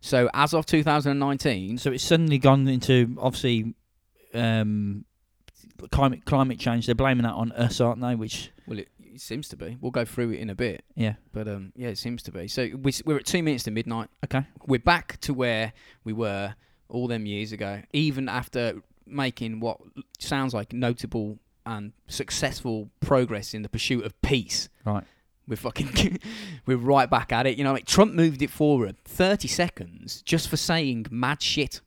S1: So as of 2019,
S2: So it's suddenly gone into obviously um, climate climate change. They're blaming that on us, aren't they? Which
S1: well, it, it seems to be. We'll go through it in a bit.
S2: yeah,
S1: But um, yeah, it seems to be. So we, we're at two minutes to midnight.
S2: okay.
S1: We're back to where we were all them years ago, even after making what sounds like notable and successful progress in the pursuit of peace.
S2: Right.
S1: We're fucking, we're right back at it. You know, like Trump moved it forward 30 seconds just for saying mad shit.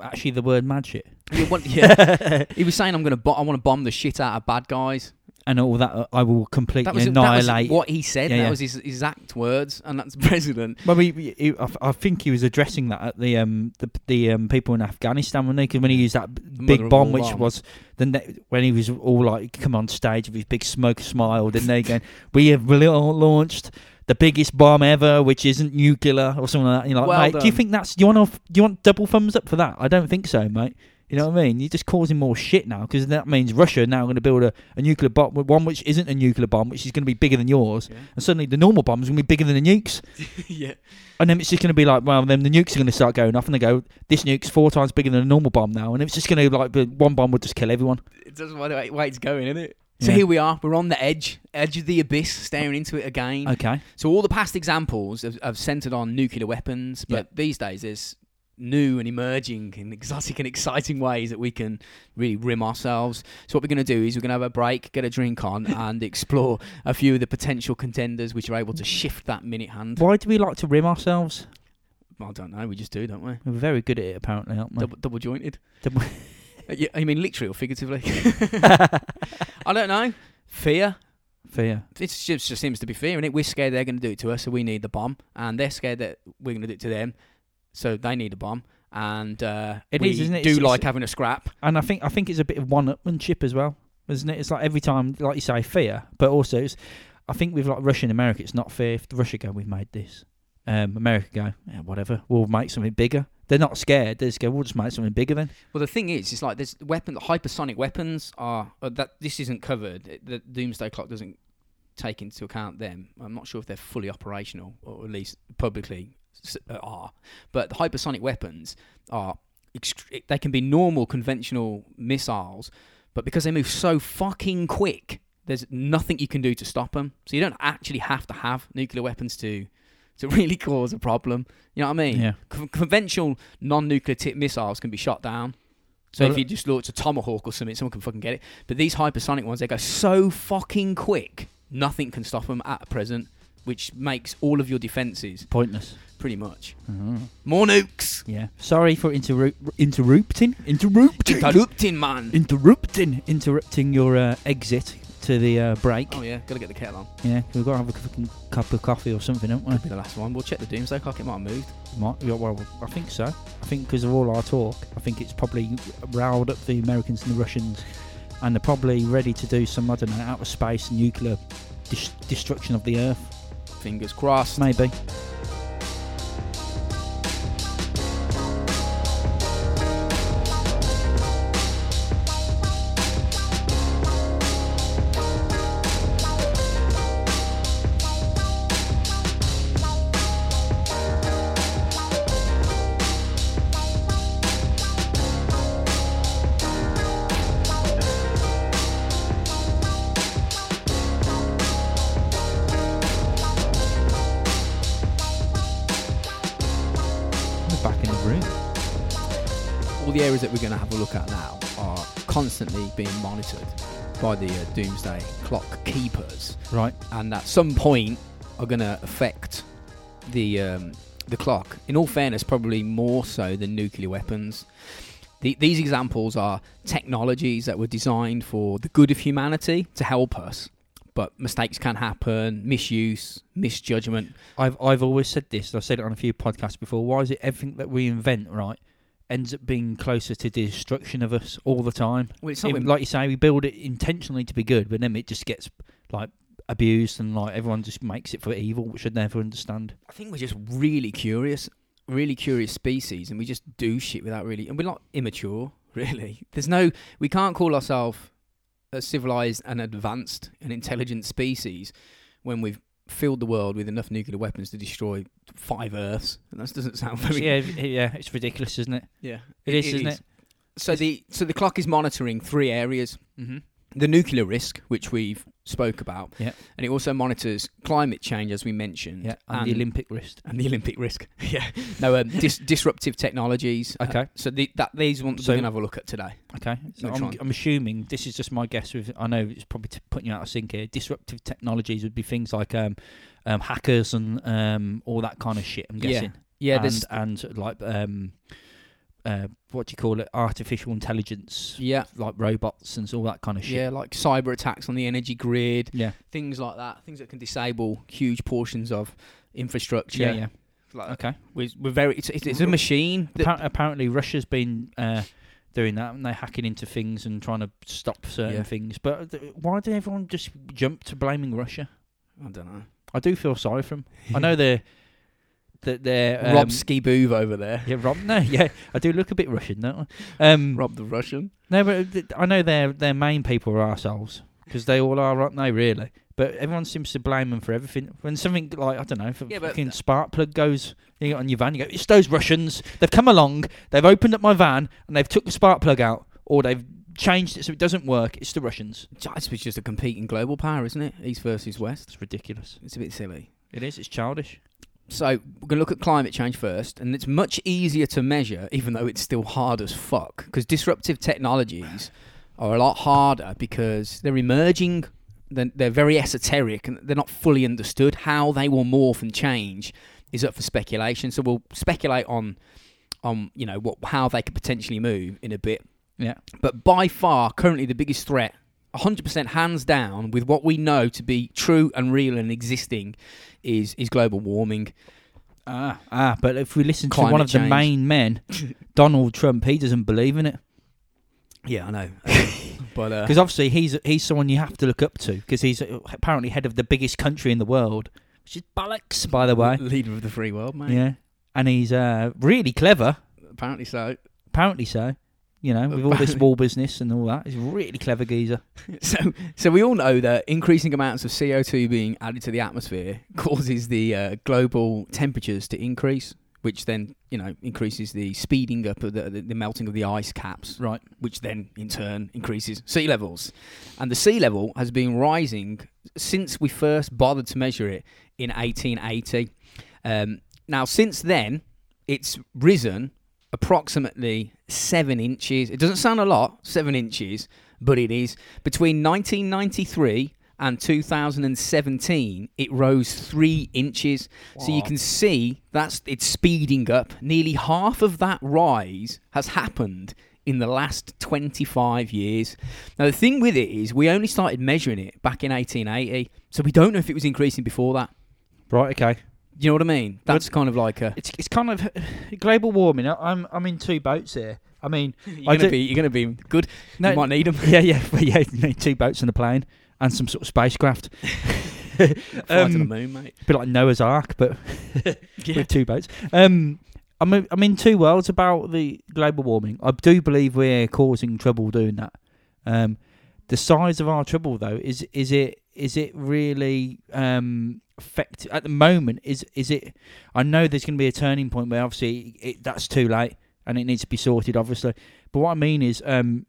S2: Actually, the word mad shit
S1: He, wa- yeah. he was saying, I'm going to, bo- I want to bomb the shit out of bad guys.
S2: and all that, uh, I will completely
S1: That was, that was
S2: annihilate.
S1: what he said.
S2: Yeah,
S1: that
S2: yeah.
S1: was his exact words. And that's president.
S2: well, we, we- he- I I think he was addressing that at the um the the um, people in Afghanistan when he 'cause when he used that
S1: mother
S2: big
S1: of
S2: bomb,
S1: all
S2: which
S1: bombs.
S2: was the ne- when he was all like come on stage with his big smoke smile, didn't they? Going, we have really all launched the biggest bomb ever, which isn't nuclear or something like that. You're like,
S1: Well
S2: mate, do you
S1: done.
S2: think that's do you want to, do you want double thumbs up for that? I don't think so, mate. You know what I mean? You're just causing more shit now because that means Russia are now going to build a, a nuclear bomb, one which isn't a nuclear bomb, which is going to be bigger than yours,
S1: Yeah.
S2: and suddenly the normal bomb's going to be bigger than the nukes.
S1: yeah.
S2: And then it's just going to be like, well, then the nukes are going to start going off, and they go, this nuke's four times bigger than a normal bomb now, and it's just going to like be- one bomb would just kill everyone.
S1: It doesn't matter where- where it's going, is it? So
S2: Yeah.
S1: here we are. We're on the edge, edge of the abyss, staring into it again.
S2: Okay,
S1: So all the past examples have, have centered on nuclear weapons, but these days there's new and emerging and exotic and exciting ways that we can really rim ourselves. So what we're going to do is we're going to have a break, get a drink on, and explore a few of the potential contenders which are able to shift that minute hand.
S2: why do we like to rim ourselves?
S1: I don't know. We just do, don't we?
S2: We're very good at it, apparently, aren't we?
S1: Double, double jointed.
S2: Double-
S1: Uh, yeah, I mean, literally or figuratively. I don't know. Fear.
S2: Fear.
S1: It's just, just seems to be fear, and it we're scared they're going to do it to us, so we need the bomb, and they're scared that we're going to do it to them, so they need a bomb. And uh,
S2: It
S1: we
S2: is, isn't it?
S1: do
S2: It's- it's-
S1: like having a scrap.
S2: And I think I think it's a bit of one-upmanship as well, isn't it? It's like every time, like you say, fear, but also it's, I think with like Russia and America, it's not fear. If Russia go, we've made this. Um, America go, yeah, whatever, we'll make something bigger. They're not scared. They just go, we'll just make something bigger then.
S1: Well, the thing is, it's like there's weapon, hypersonic weapons are uh, that this isn't covered. It- The doomsday clock doesn't take into account them. I'm not sure if they're fully operational, or at least publicly s- uh, are. But the hypersonic weapons are extre- they can be normal, conventional missiles, but because they move so fucking quick, there's nothing you can do to stop them. So you don't actually have to have nuclear weapons to to really cause a problem. You know what I mean? Con- conventional non-nuclear tip missiles can be shot down. So
S2: Well,
S1: if you just launch a tomahawk or something, someone can fucking get it. But these hypersonic ones, they go so fucking quick, nothing can stop them at present, which makes all of your defenses
S2: pointless.
S1: pretty much
S2: Mhm.
S1: more nukes.
S2: Yeah. Sorry for interru- interrupting. Interrupting.
S1: Interrupting man.
S2: interrupting. Interrupting your uh, exit to the uh, break.
S1: Oh yeah, gotta get the kettle on.
S2: Yeah. 'cause We've got to have a fucking cup of coffee or something, haven't we?
S1: That'll be the last one. We'll check the doomsday clock. It might have moved.
S2: Might- yeah, well, I think so. I think because of all our talk, I think it's probably riled up the Americans and the Russians, and they're probably ready to do some, I don't know, outer space nuclear dis- destruction of the Earth,
S1: Fingers crossed.
S2: maybe. We're back in the room.
S1: All the areas that we're going to have a look at now are constantly being monitored by the uh, doomsday clock keepers.
S2: Right.
S1: and at some point are going to affect the um, the clock. In all fairness, probably more so than nuclear weapons. The, these examples are technologies that were designed for the good of humanity to help us, but mistakes can happen, misuse, misjudgment.
S2: I've I've always said this. and I've said it on a few podcasts before. Why is it everything that we invent, right, ends up being closer to the destruction of us all the time?
S1: Well, it's
S2: Even- like you say, we build it intentionally to be good, but then it just gets like abused and like everyone just makes it for evil, which I'd never understand.
S1: I think we're just really curious, really curious species, and we just do shit without really. And we're not immature really. There's no, we can't call ourselves a civilized and advanced and intelligent species when we've filled the world with enough nuclear weapons to destroy five Earths. And that doesn't sound very.
S2: yeah, yeah, it's ridiculous, isn't it?
S1: yeah.
S2: It is, isn't it?
S1: So the so the clock is monitoring three areas:
S2: Mm-hmm.
S1: the nuclear risk, which we've spoke about,
S2: Yeah.
S1: and it also monitors climate change, as we mentioned,
S2: Yeah, and, the Olympic wrist.
S1: and the Olympic risk. yeah, no, um, dis- disruptive technologies. Uh,
S2: Okay.
S1: so the, that these ones
S2: So-
S1: we're gonna have a look at today.
S2: Okay, so
S1: Which
S2: I'm,
S1: one?
S2: I'm assuming this is just my guess. With I know it's probably t- putting you out of sync here. Disruptive technologies would be things like um, um, hackers and um, all that kind of shit. I'm
S1: Yeah,
S2: guessing.
S1: Yeah,
S2: and,
S1: there's
S2: and like um, uh, what do you call it? Artificial intelligence,
S1: yeah,
S2: like robots and all that kind of shit.
S1: yeah, like cyber attacks on the energy grid,
S2: Yeah,
S1: things like that, things that can disable huge portions of infrastructure.
S2: yeah, yeah.
S1: Like,
S2: Okay.
S1: we're, we're very. It's, it's, it's a machine. That,
S2: Appar- apparently, Russia's been uh, doing that, and they're hacking into things and trying to stop certain
S1: Yeah.
S2: things. But th- why did everyone just jump to blaming Russia?
S1: I don't know.
S2: I do feel sorry for them. I know they're that they're um,
S1: Rob Skiboov over there.
S2: Yeah, Rob. No, yeah, I do look a bit Russian, don't I? Um,
S1: Rob the Russian.
S2: No, but uh, th- I know their their main people are ourselves because they all are, aren't they? Really. But everyone seems to blame them for everything. When something like I don't know, if a
S1: Yeah, but-
S2: fucking spark plug goes you get on your van, you go, "It's those Russians. They've come along. They've opened up my van and they've took the spark plug out, or they've changed it so it doesn't work. It's the Russians.
S1: It's just a competing global power, isn't it? East versus West.
S2: It's ridiculous.
S1: It's a bit silly.
S2: It is. It's childish.
S1: So we're going to look at climate change first, and it's much easier to measure, even though it's still hard as fuck. Because disruptive technologies are a lot harder because they're emerging. They're, they're very esoteric and they're not fully understood. How they will morph and change is up for speculation. So we'll speculate on, on you know what how they could potentially move in a bit.
S2: Yeah.
S1: But by far, currently the biggest threat, 100% hands down, with what we know to be true and real and existing, is is global warming.
S2: Ah, ah. But if we listen to
S1: Climate
S2: one of the
S1: change.
S2: main men, Donald Trump, he doesn't believe in it.
S1: Yeah, I know. but uh,
S2: Because obviously he's he's someone you have to look up to because he's uh, apparently head of the biggest country in the world, which is bollocks, by the way.
S1: leader of the free world, mate.
S2: Yeah, and he's uh, really clever.
S1: Apparently so.
S2: Apparently so. You know, with all this wall business and all that, he's a really clever geezer.
S1: So, so we all know that increasing amounts of CO two being added to the atmosphere causes the uh, global temperatures to increase, which then you know increases the speeding up of the, the, the melting of the ice caps,
S2: Right.
S1: which then in turn increases sea levels, and the sea level has been rising since we first bothered to measure it in 1880. Um, now, since then, it's risen approximately seven inches. It doesn't sound a lot, seven inches, but it is. Between 1993 and 2017, it rose three inches. So you
S2: Wow.
S1: can see that's it's speeding up. Nearly half of that rise has happened in the last 25 years. Now the thing with it is we only started measuring it back in 1880, so we don't know if it was increasing before that.
S2: Right. Okay.
S1: Do you know what I mean? That's kind of like a.
S2: It's it's kind of global warming. I- I'm I'm in two boats here. I mean,
S1: You're
S2: do-
S1: gonna be. You're gonna be good.
S2: No.
S1: you might need them.
S2: yeah, yeah, but yeah. You need two boats and a plane and some sort of spacecraft.
S1: Fly to the
S2: Um,
S1: moon, mate.
S2: bit like Noah's Ark, but with two boats. Um, I'm i I'm in two worlds about the global warming. I do believe we're causing trouble doing that. Um, the size of our trouble, though, is is it is it really um, affect at the moment? Is is it? I know there's going to be a turning point where obviously it, that's too late and it needs to be sorted, obviously. But what I mean is, um,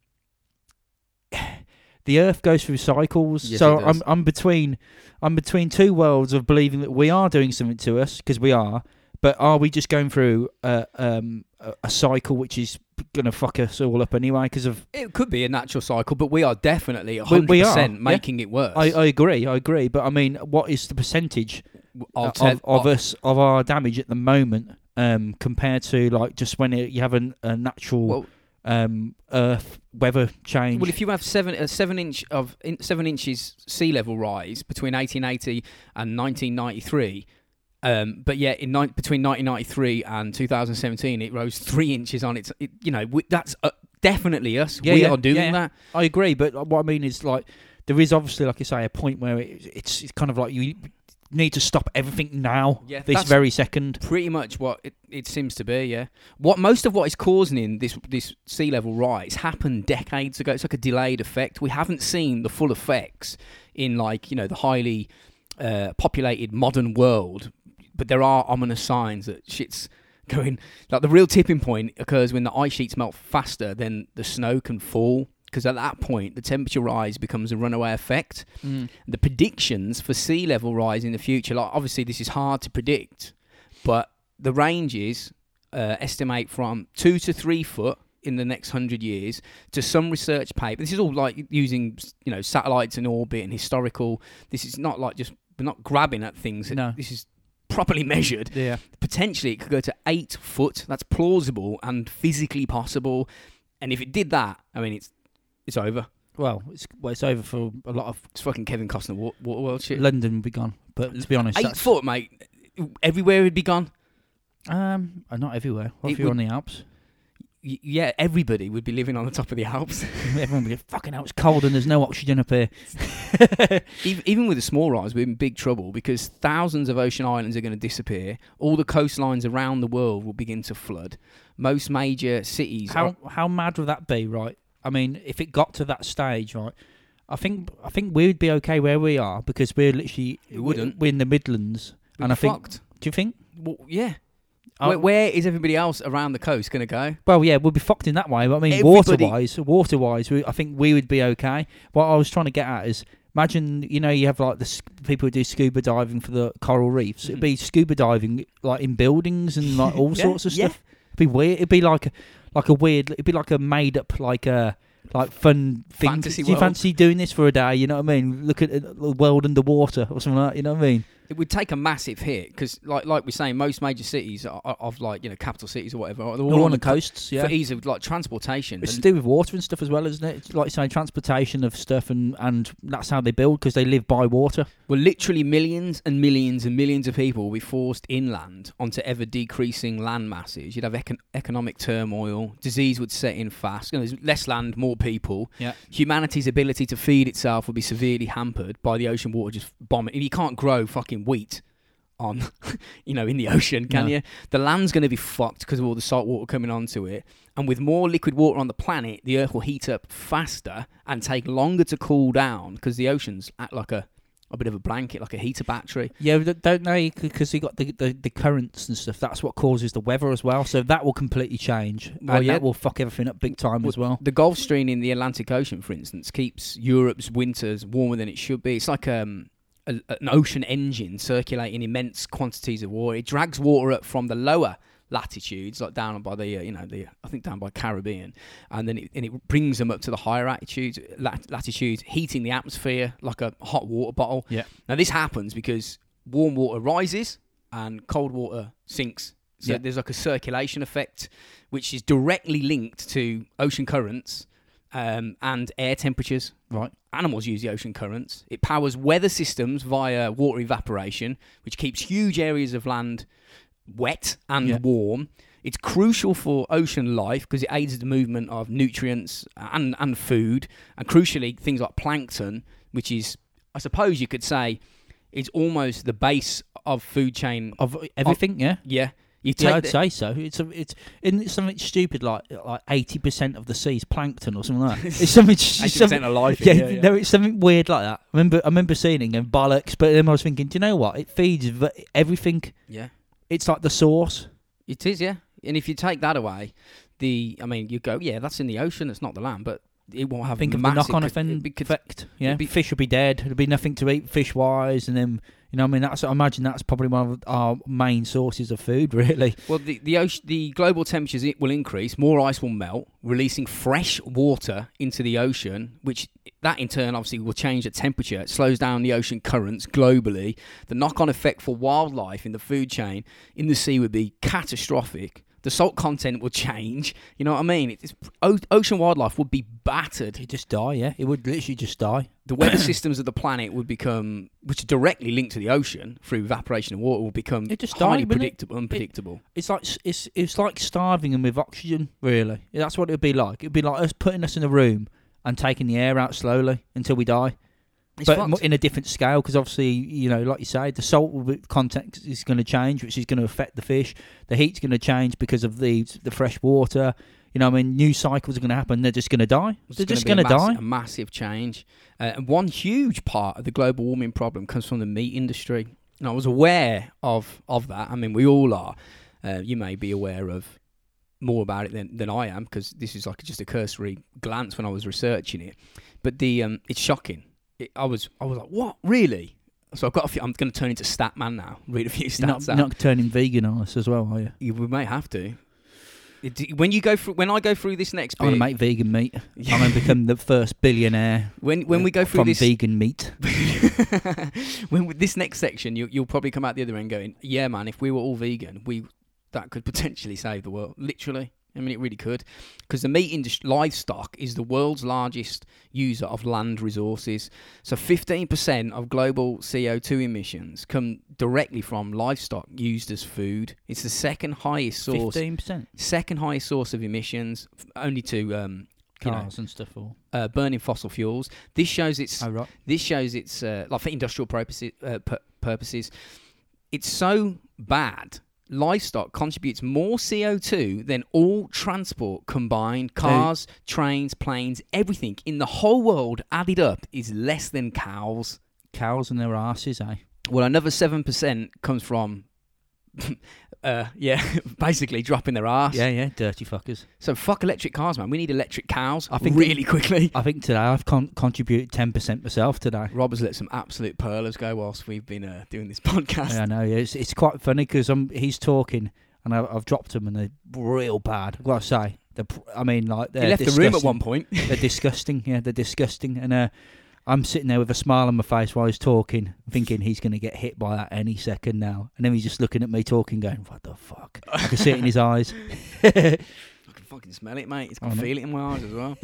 S2: the Earth goes through cycles.
S1: Yes,
S2: so I'm
S1: it does.
S2: I'm between I'm between two worlds of believing that we are doing something to us because we are, but are we just going through a um, a, a cycle which is going to fuck us all up anyway? Because of
S1: It could be a natural cycle, but we are definitely
S2: We-
S1: 100
S2: we are,
S1: percent
S2: yeah.
S1: making it worse.
S2: I, I agree, I agree, but I mean, what is the percentage
S1: will
S2: Uh, of, of us of our damage at the moment um, compared to like just when it, you have an, a natural
S1: Well-
S2: um, Earth weather change?
S1: Well, if you have seven uh, seven inch of in, seven inches sea level rise between 1880 and 1993, um, but yet in nine between 1993 and 2017, it rose three inches on its. It, you know, we, that's uh, definitely us.
S2: Yeah,
S1: we
S2: yeah,
S1: are doing
S2: yeah.
S1: that.
S2: I agree, but what I mean is like there is obviously, like I say, a point where it, it's, it's kind of like you need to stop everything now,
S1: Yeah,
S2: this
S1: that's-
S2: very second.
S1: Pretty much what it, it seems to be, yeah. What most of what is causing in this this sea level rise happened decades ago. It's like a delayed effect. We haven't seen the full effects in like you know the highly uh, populated modern world, but there are ominous signs that shit's going. Like the real tipping point occurs when the ice sheets melt faster than the snow can fall, because at that point the temperature rise becomes a runaway effect
S2: Mm,
S1: the predictions for sea level rise in the future. Like obviously, this is hard to predict, but the ranges uh, estimate from two to three foot in the next hundred years. To some research paper, this is all like using you know satellites in orbit and historical. This is not like just we're not grabbing at things.
S2: No.
S1: This is properly measured
S2: Yeah.
S1: potentially it could go to eight foot. That's plausible and physically possible. And if it did that, I mean, it's it's over.
S2: Well, it's well, it's over for a lot of
S1: It's fucking Kevin Costner wa- water world shit.
S2: London would be gone. But to be honest,
S1: Eight
S2: that's-
S1: foot, mate. Everywhere would be gone.
S2: Um, uh, not everywhere. What
S1: It
S2: if you're
S1: would-
S2: on the Alps?
S1: Y- yeah, everybody would be living on the top of the Alps.
S2: Everyone would be fucking out. It's cold and there's no oxygen up here.
S1: even, even with a small rise, we're in big trouble because thousands of ocean islands are going to disappear. All the coastlines around the world will begin to flood. Most major cities.
S2: How
S1: are-
S2: how mad would that be, right? I mean, if it got to that stage, right? I think I think we'd be okay where we are because we're literally
S1: It wouldn't.
S2: We're in the Midlands,
S1: we'd
S2: and
S1: be
S2: I think.
S1: fucked.
S2: Do you think?
S1: Well, yeah.
S2: Oh,
S1: Where- where is everybody else around the coast going to go?
S2: well, yeah, we'd be fucked in that way. But I mean, water
S1: Everybody-
S2: wise, water wise, we, I think we would be okay. What I was trying to get at is. Imagine you know you have like the s- people who do scuba diving for the coral reefs. It'd
S1: Mhm.
S2: be scuba diving like in buildings and like all
S1: Yeah,
S2: sorts of
S1: yeah.
S2: stuff. It'd be weird. It'd be like a, like a weird. It'd be like a made up like a like fun thing.
S1: Fantasy
S2: do you
S1: world.
S2: fancy doing this for a day? You know what I mean? Look at uh, the world underwater or something like that. You know what I mean?
S1: it would take a massive hit because, like, like we're saying, most major cities are, are, of like you know capital cities or whatever, are all on the coast
S2: coasts. Yeah.
S1: for ease of like transportation.
S2: It's to
S1: And
S2: do with water and stuff as well, isn't it? It's like you say, transportation of stuff, and, and that's how they build because they live by water.
S1: well, literally millions and millions and millions of people will be forced inland onto ever decreasing land masses. You'd have econ- economic turmoil, disease would set in fast. You know, there's less land, more people.
S2: Yeah.
S1: Humanity's ability to feed itself would be severely hampered by the ocean water just bombing. You can't grow fucking wheat on, you know, in the ocean, can
S2: No.
S1: you? The land's going to be fucked because of all the salt water coming onto it. And with more liquid water on the planet, the Earth will heat up faster and take longer to cool down because the oceans act like a, a bit of a blanket, like a heater battery.
S2: Yeah, but don't they? Because you got the, the, the currents and stuff. That's what causes the weather as well. So that will completely change.
S1: Well,
S2: and
S1: yeah.
S2: that will fuck everything up big time as well.
S1: The Gulf Stream in the Atlantic Ocean, for instance, keeps Europe's winters warmer than it should be. It's like um, a, an ocean engine circulating immense quantities of water. It drags water up from the lower latitudes, like down by the uh, you know the I think down by Caribbean, and then it, and it brings them up to the higher altitudes, lat- latitudes, heating the atmosphere like a hot water bottle.
S2: Yeah.
S1: Now this happens because warm water rises and cold water sinks. So
S2: Yeah.
S1: there's like a circulation effect, which is directly linked to ocean currents um, and air temperatures.
S2: Right.
S1: Animals use the ocean currents. It powers weather systems via water evaporation, which keeps huge areas of land wet and
S2: Yeah.
S1: warm. It's crucial for ocean life because it aids the movement of nutrients uh, and, and food, and crucially, things like plankton, which is, I suppose you could say, is almost the base of food chain.
S2: Of everything, yeah.
S1: Yeah. You
S2: Yeah,
S1: take
S2: I'd
S1: the-
S2: say so. It's a, it's isn't it something stupid like like eighty percent of the sea's plankton or something like that. It's something, it's
S1: 80%
S2: something
S1: alive.
S2: yeah, no, it's something weird like that. I remember I remember seeing it and bollocks, but then I was thinking, do you know what? It feeds v- everything.
S1: yeah.
S2: It's like the source.
S1: It is, yeah. And if you take that away, the I mean, you go, yeah, that's in the oceon. It's not the land, but it won't have.
S2: Think of the
S1: massive-
S2: knock-on
S1: could-
S2: effect.
S1: it could-
S2: effect, yeah,
S1: it'd be-
S2: fish would be dead. There'd be nothing to eat fish wise, and then you know, I mean, that's I imagine that's probably one of our main sources of food, really.
S1: Well, the the, ocean, the global temperatures it will increase. More ice will melt, releasing fresh water into the ocean, which that in turn obviously will change the temperature. It slows down the ocean currents globally. The knock-on effect for wildlife in the food chain in the sea would be catastrophic. The salt content will change. You know what I mean? It's, o- ocean wildlife would be battered.
S2: It'd just die, yeah. It would literally just die.
S1: the weather systems of the planet would become, which are directly linked to the ocean through evaporation of water, will become
S2: It just
S1: highly
S2: died, wouldn't it?
S1: predictable, unpredictable.
S2: It's like s- it's it's like starving them with oxygen, really. Yeah, That's what it'd be like. It'd be like us putting us in a room and taking the air out slowly until we die.
S1: It's
S2: but
S1: fucked.
S2: mu- in a different scale because obviously you know like you say the salt will be- content is going to change which is going to affect the fish the heat's going to change because of the the fresh water you know what i mean new cycles are going to happen they're just going to die
S1: It's
S2: they're just
S1: gonna
S2: going to
S1: be a mass-
S2: die
S1: A massive change. Uh, and one huge part of the global warming problem comes from the meat industry. And I was aware of, of that. I mean, we all are. Uh, you may be aware of more about it than, than I am because this is like just a cursory glance when I was researching it. But the um, it's shocking. It, I was I was like, what really? So I've got a few. I'm going to turn into stat man now. Read a few
S2: You're
S1: stats.
S2: not,
S1: out.
S2: not turning vegan on us as well are you
S1: You- we may have to. It- d- When you go through, when I go through this next,
S2: i'm going
S1: bit-
S2: to make vegan meat
S1: Yeah.
S2: i'm going to become the first billionaire uh,
S1: when when we go through
S2: from
S1: this
S2: vegan meat
S1: when with this next section, you, you'll probably come out the other end going, "Yeah, man, if we were all vegan, we that could potentially save the world. Literally, I mean, it really could, because the meat industry, livestock, is the world's largest user of land resources. So, 15% of global CO2 emissions come directly from livestock used as food. It's the second highest source,
S2: 15%
S1: second highest source of emissions, f- only to um, you know,
S2: cars and stuff all
S1: uh, burning fossil fuels. This shows it's
S2: oh right
S1: this shows it's uh, like for industrial purposes. Uh, pu- purposes, it's so bad. Livestock contributes more CO two than all transport combined. Cars, trains, planes, everything in the whole world added up is less than cows.
S2: cows and their asses eh
S1: Well, another seven percent comes from, uh, yeah, basically dropping their ass.
S2: yeah yeah dirty fuckers
S1: So fuck electric cars, man. We need electric cows.
S2: I think-
S1: really quickly.
S2: i think today i've con- contributed 10% myself today
S1: Rob has let some absolute pearlers go whilst we've been uh, doing this podcast.
S2: Yeah, I know. yeah. It's it's quite funny because I'm he's talking and I, I've dropped them and they're real bad. I've got to say, they're, pr- I mean, like they're
S1: he left the room at
S2: disgusting.
S1: one point.
S2: They're disgusting. Yeah, they're disgusting. And uh, I'm sitting there with a smile on my face while he's talking, thinking he's going to get hit by that any second now. And then he's just looking at me talking, going, "What the fuck?" I can see it in his eyes.
S1: I can fucking smell it, mate. It's
S2: Oh,
S1: can
S2: no.
S1: feel it in my eyes as well.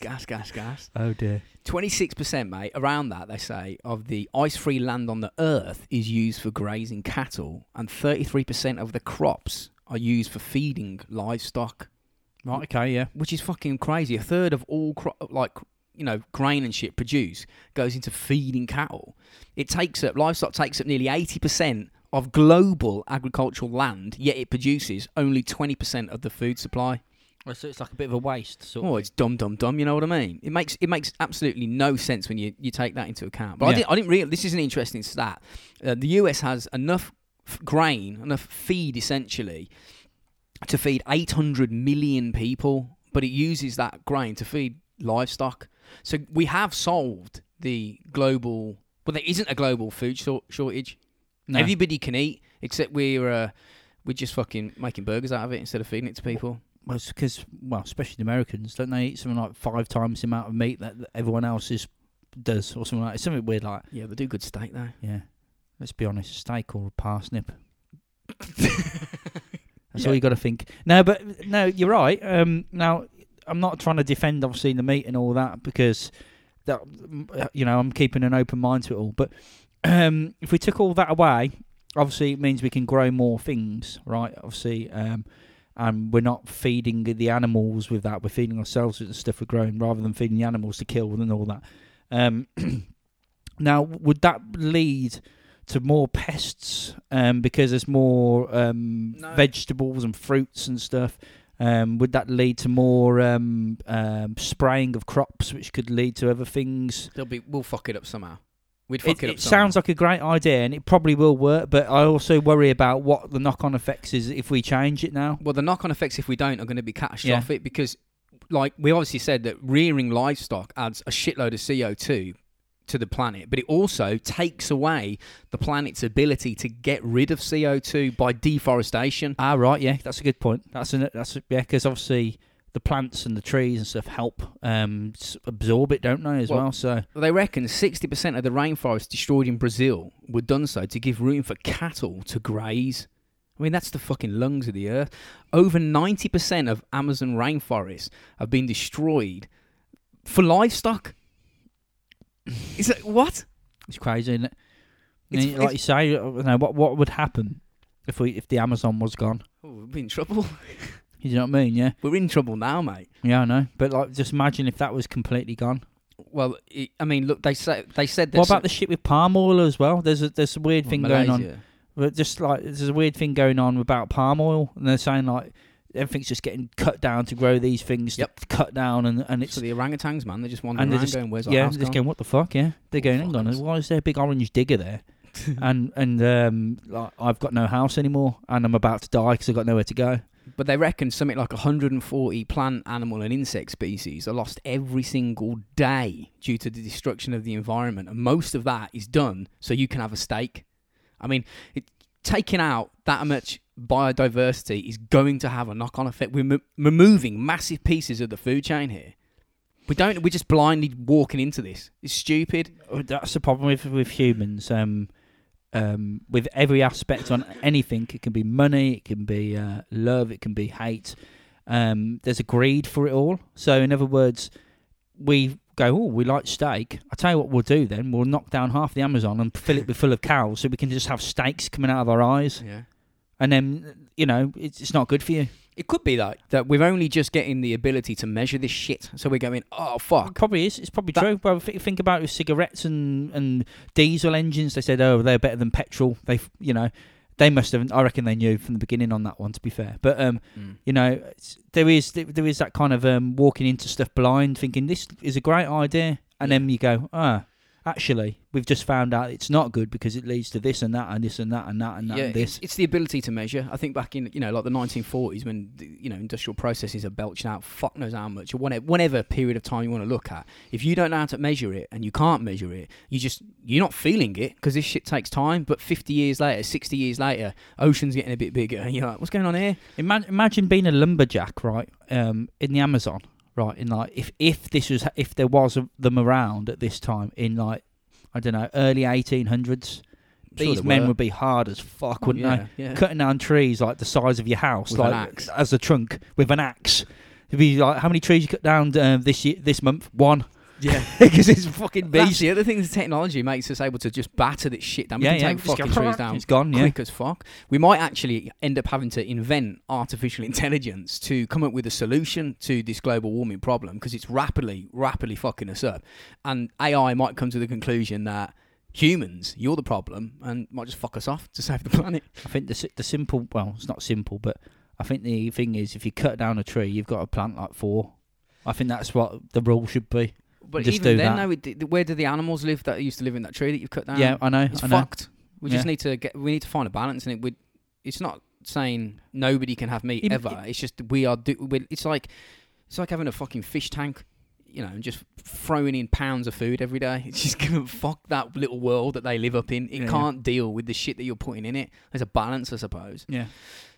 S1: gas, gas, gas.
S2: oh dear.
S1: Twenty six percent, mate. Around that, they say of the ice free land on the earth is used for grazing cattle, and thirty three percent of the crops are used for feeding livestock,
S2: Right. Okay. Yeah.
S1: which is fucking crazy. A third of all cro- like you know grain and shit produced goes into feeding cattle. It takes up livestock takes up nearly eighty percent. Of global agricultural land, yet it produces only 20% of the food supply.
S2: Well, so it's like a bit of a waste. Sort
S1: Oh, it's dumb, dumb, dumb. You know what I mean? It makes it makes absolutely no sense when you, you take that into account. But I
S2: Yeah.
S1: didn't I didn't realize this is an interesting stat. Uh, the US has enough f- grain, enough feed essentially, to feed 800 million people, but it uses that grain to feed livestock. So we have solved the global. Well, there isn't a global food shor- shortage. Everybody can eat, except we're uh, we're just fucking making burgers out of it instead of feeding it to people.
S2: Well, because well, especially the Americans, don't they eat something like five times the amount of meat that that everyone else is does, or something like it's something weird like
S1: Yeah, they do good steak though.
S2: yeah. Let's be honest, a steak or a parsnip. That's all
S1: Yeah.
S2: you got to think. No, but no, you're right. Um, now I'm not trying to defend obviously the meat and all that because that you know I'm keeping an open mind to it all. But um, if we took all that away, obviously it means we can grow more things, right? Obviously, um, and we're not feeding the animals with that. We're feeding ourselves with the stuff we're growing rather than feeding the animals to kill and all that. Um, now, would that lead to more pests um, because there's more um,
S1: No.
S2: vegetables and fruits and stuff? Um, would that lead to more um, um, spraying of crops, which could lead to other things?
S1: They'll be. We'll fuck it up somehow. We'd fuck it, up.
S2: sounds like a great idea, and it probably will work. But I also worry about what the knock-on effects is if we change it now.
S1: Well, the knock-on effects if we don't are going to be catastrophic because, like we obviously said, that rearing livestock adds a shitload of CO two to the planet, but it also takes away the planet's ability to get rid of CO two by deforestation.
S2: Ah, right, yeah, that's a good point. That's an, that's a, yeah, because obviously the plants and the trees and stuff help um, s- absorb it, don't they? As well,
S1: Well,
S2: so
S1: They reckon sixty percent of the rainforest destroyed in Brazil were done so to give room for cattle to graze. I mean, that's the fucking lungs of the earth. Over 90% of Amazon rainforests have been destroyed for livestock. Is that what?
S2: it's crazy, isn't it? And
S1: It's-
S2: you- like you say, you know, what what would happen if we if the Amazon was gone?
S1: Oh, we're in trouble.
S2: You know what I mean? Yeah,
S1: We're in trouble now, mate.
S2: yeah, I know. But like, just imagine if that was completely gone.
S1: Well, it, I mean, look, they say they said that.
S2: What about the shit with palm oil as well? There's a, there's a weird thing going on. But just like there's a weird thing going on about palm oil, and they're saying like everything's just getting cut down to grow these things. to
S1: Yep.
S2: cut down, and and it's
S1: So the orangutans, man, they're just wandering
S2: And they're
S1: around
S2: just-
S1: going, "Where's our
S2: yeah,
S1: house
S2: they're just
S1: gone?"
S2: going what the fuck? Yeah, they're going. Hang on,
S1: fuckers.
S2: why is there a big orange digger there? and and um, like I've got no house anymore, and I'm about to die because I've got nowhere to go.
S1: But they reckon something like 140 plant, animal, and insect species are lost every single day due to the destruction of the environment, and most of that is done so you can have a steak. I mean, it, taking out that much biodiversity is going to have a knock-on effect. We're m- removing massive pieces of the food chain here. We don't. We're just blindly walking into this. It's stupid.
S2: Oh, That's the problem with with humans. Um, um, with every aspect on anything, it can be money, it can be uh, love, it can be hate. Um, there's a greed for it all. So, in other words, we go, oh, we like steak. I tell you what, we'll do then. We'll knock down half the Amazon and fill it with full of cows, so we can just have steaks coming out of our eyes.
S1: Yeah.
S2: And then, you know, it's, it's not good for you.
S1: It could be like that. We're only just getting the ability to measure this shit, so we're going, "Oh fuck."
S2: It probably is. It's probably
S1: That-
S2: true. But th- think about it with cigarettes and, and diesel engines. They said, oh, they're better than petrol. They, f- you know, they must have. I reckon they knew from the beginning on that one. To be fair, but um, you know, it's, there is there- there is that kind of um walking into stuff blind, thinking this is a great idea, and then you go, ah. Actually, we've just found out it's not good because it leads to this and that and this and that and that and that
S1: yeah,
S2: and this.
S1: It's, it's the ability to measure. I think back in you know like the 1940s when the, you know industrial processes are belching out fuck knows how much or whatever, whatever period of time you want to look at. If you don't know how to measure it and you can't measure it, you just you're not feeling it because this shit takes time. But 50 years later, 60 years later, oceans getting a bit bigger, and you're like, what's going on here?
S2: Imagine, imagine being a lumberjack, right, um, in the Amazon, right, in like if if this was if there was them around at this time in like I don't know early eighteen hundreds,
S1: I'm sure
S2: these
S1: there
S2: men
S1: were.
S2: would be hard as fuck, wouldn't
S1: yeah, they?
S2: they?
S1: Yeah.
S2: Cutting down trees like the size of your house,
S1: With an
S2: like
S1: axe.
S2: as a trunk with an axe. It'd be like how many trees you cut down um, this year, this month? One,
S1: yeah.
S2: because it's fucking
S1: That's
S2: beast.
S1: the other thing is technology makes us able to just batter this shit down. We can take
S2: just go
S1: fucking trees down.
S2: It's gone. Yeah,
S1: quick as fuck. We might actually end up having to invent artificial intelligence to come up with a solution to this global warming problem because it's rapidly, rapidly fucking us up. And AI might come to the conclusion that humans, you're the problem, and might just fuck us off to save the planet.
S2: I think the si- the simple well, it's not simple, but I think the thing is if you cut down a tree, you've got to plant like four. I think that's what the rule should be.
S1: But
S2: Just
S1: even
S2: do
S1: then,
S2: that.
S1: though, it, d- where do the animals live that used to live in that tree that you've cut down?
S2: yeah, I know.
S1: it's
S2: I know.
S1: fucked. We just
S2: Yeah.
S1: need to get. We need to find a balance, and it would. It's not saying nobody can have meat
S2: It-
S1: ever. it's just we are. Do, we it's like it's like having a fucking fish tank, you know, and just throwing in pounds of food every day. It's just gonna fuck that little world that they live up in. It
S2: Yeah, yeah.
S1: can't deal with the shit that you're putting in it. There's a balance, I suppose.
S2: Yeah.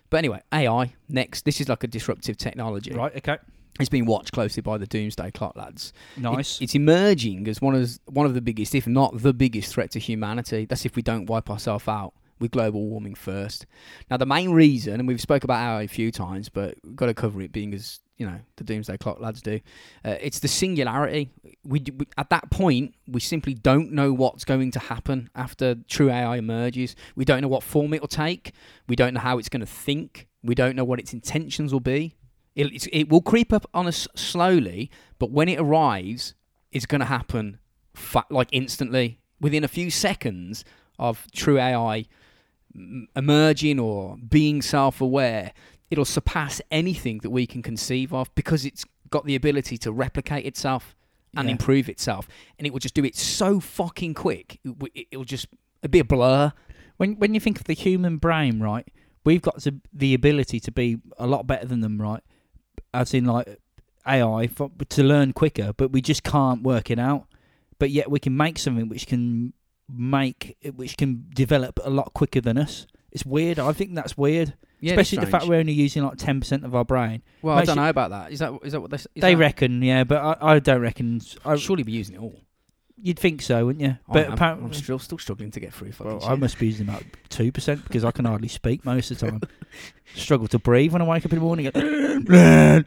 S1: But anyway, AI next. This is like a disruptive technology.
S2: Right. Okay.
S1: It's been watched closely by the Doomsday Clock lads. It-
S2: Nice.
S1: it's emerging as one of one of the biggest, if not the biggest, threat to humanity. That's if we don't wipe ourselves out with global warming first. Now, the main reason, and we've spoke about AI a few times, but we've got to cover it, being as you know the doomsday clock lads do. Uh, it's the singularity. We, d- we at that point we simply don't know what's going to happen after true AI emerges. We don't know what form it will take. We don't know how it's going to think. We don't know what its intentions will be. It, it's, it will creep up on us slowly, but when it arrives, it's going to happen fa- like instantly within a few seconds of true AI m- emerging or being self-aware. It'll surpass anything that we can conceive of because it's got the ability to replicate itself and
S2: Yeah.
S1: improve itself, and it will just do it so fucking quick. It, w- it'll just it'll be a blur.
S2: when when you think of the human brain, right, we've got to, the ability to be a lot better than them, right? As in like AI for, to learn quicker, but we just can't work it out. But yet we can make something which can make which can develop a lot quicker than us. It's weird. I think that's weird,
S1: Yeah,
S2: especially the fact we're only using like ten percent of our brain.
S1: well,
S2: I
S1: I
S2: don't
S1: don't know about that. Is that is that what they is
S2: they reckon, yeah, but I, I don't reckon. I,
S1: surely be using it all?
S2: you'd think so, wouldn't you?
S1: But
S2: But
S1: I'm, I'm
S2: apparently,
S1: still, still struggling to get through. Fucking
S2: well,
S1: shit.
S2: I must be using about two percent because I can hardly speak most of the time. struggle to breathe when I wake up in the morning. I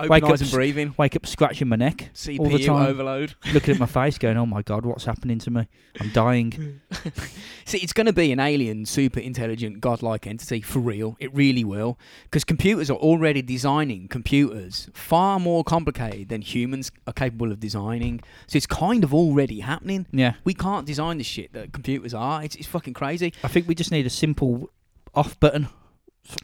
S1: Open
S2: Wake up
S1: eyes and
S2: s-
S1: breathing.
S2: wake up scratching my neck,
S1: CPU
S2: all the time.
S1: overload.
S2: looking at my face, going, "Oh my god, what's happening to me? I'm dying."
S1: See, it's going to be an alien, super intelligent, godlike entity for real. It really will. Because computers are already designing computers far more complicated than humans are capable of designing. So it's kind of already happening.
S2: Yeah,
S1: We can't design the shit that computers are. It's, it's fucking crazy.
S2: I think we just need a simple off button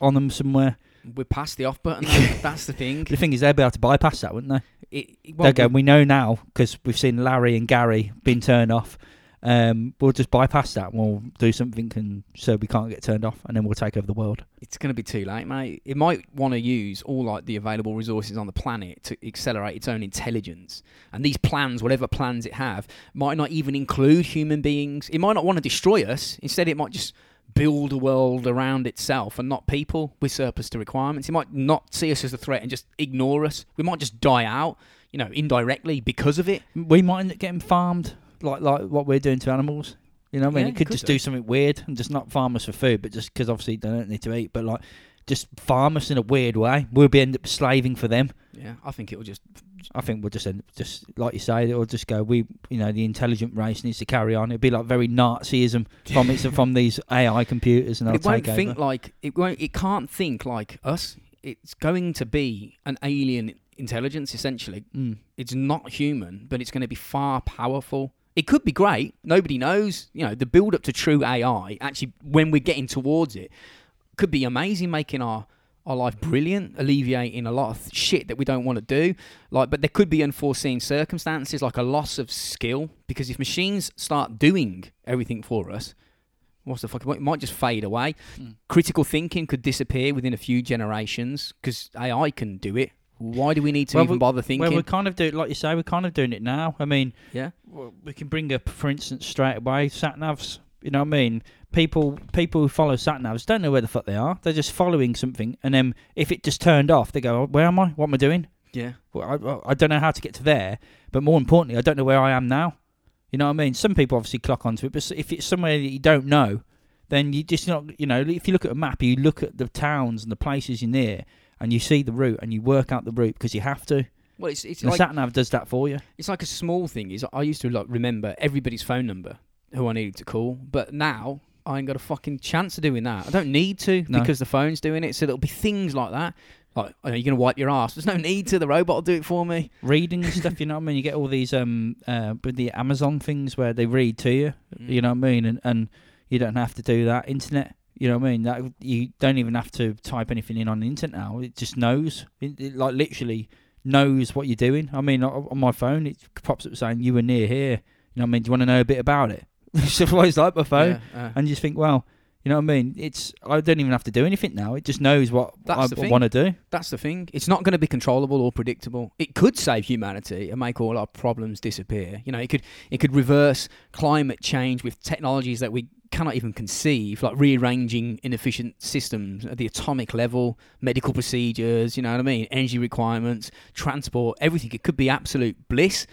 S2: on them somewhere.
S1: We're past the off button. though. That's the thing.
S2: The thing is, they'd be able to bypass that, wouldn't they?
S1: It, it-
S2: They'll
S1: well,
S2: go, we know now because we've seen Larry and Gary being turned off. Um, we'll just bypass that. and We'll do something, and so we can't get turned off, and then we'll take over the world.
S1: it's going to be too late, mate. It might want to use all like the available resources on the planet to accelerate its own intelligence. And these plans, whatever plans it have, might not even include human beings. It might not want to destroy us. Instead, it might just build a world around itself and not people with surplus to requirements. It might not see us as a threat and just ignore us. We might just die out, you know, indirectly because of it.
S2: We might end up getting farmed, like like what we're doing to animals. You know, what I mean,
S1: Yeah,
S2: it could
S1: could
S2: just
S1: do.
S2: do something weird and just not farm us for food, but just because obviously they don't need to eat, but like just farm us in a weird way. We'll be end up slaving for them.
S1: Yeah, I think it will just.
S2: I think we'll just end up just like you say, it'll just go. We, you know, the intelligent race needs to carry on. It'd be like very Nazism from it's from these AI computers, and
S1: But
S2: I'll
S1: it won't
S2: take
S1: think
S2: over.
S1: like it won't. It can't think like us. It's going to be an alien intelligence essentially
S2: Mm.
S1: it's not human, but it's going to be far powerful. It could be great. Nobody knows. You know, the build up to true AI, actually, when we're getting towards it, could be amazing, making our our life brilliant, alleviating a lot of shit that we don't want to do. Like, but there could be unforeseen circumstances, like a loss of skill, because if machines start doing everything for us, what's the fucking point? It might just fade away.
S2: Mm.
S1: Critical thinking could disappear within a few generations because AI can do it. Why do we need to
S2: Well,
S1: even
S2: we-
S1: bother thinking?
S2: Well, we're kind of doing, like you say, we're kind of doing it now. I mean,
S1: yeah.
S2: w- we can bring up, for instance, straight away sat navs. You know what I mean? People, people who follow sat navs don't know where the fuck they are. They're just following something, and then if it just turned off, they go, "Where am I? What am I doing?
S1: Yeah.
S2: Well, I- I, I don't know how to get to there." But more importantly, I don't know where I am now. You know what I mean? Some people obviously clock onto it, but s- if it's somewhere that you don't know, then you just not. You know, if you look at a map, you look at the towns and the places you're near, and you see the route, and you work out the route because you have to.
S1: Well, it's it's
S2: And
S1: like
S2: sat nav does that for you.
S1: it's like a small thing. Is I used to like remember everybody's phone number who I needed to call, but now I ain't got a fucking chance of doing that. I don't need to
S2: No.
S1: because the phone's doing it. So there'll be things like that. Like, are you gonna wipe your ass? There's no need to. The robot will do it for me.
S2: reading and stuff. You know what I mean? You get all these um uh with the Amazon things where they read to you. You know what I mean? And and you don't have to do that internet. You know what I mean? That you don't even have to type anything in on the internet now. It just knows. It, it like literally knows what you're doing. I mean, o- on my phone, it pops up saying you were near here. You know what I mean? Do you want to know a bit about it? it's always like my phone.
S1: Yeah, uh,
S2: And you just think, well, you know what I mean? It's I don't even have to do anything now. It just knows what
S1: That's the
S2: I
S1: thing.
S2: want to do.
S1: that's the thing. It's not going to be controllable or predictable. It could save humanity and make all our problems disappear. You know, it could it could reverse climate change with technologies that we cannot even conceive, like rearranging inefficient systems at the atomic level, medical procedures. You know what I mean? Energy requirements, transport, everything. It could be absolute bliss,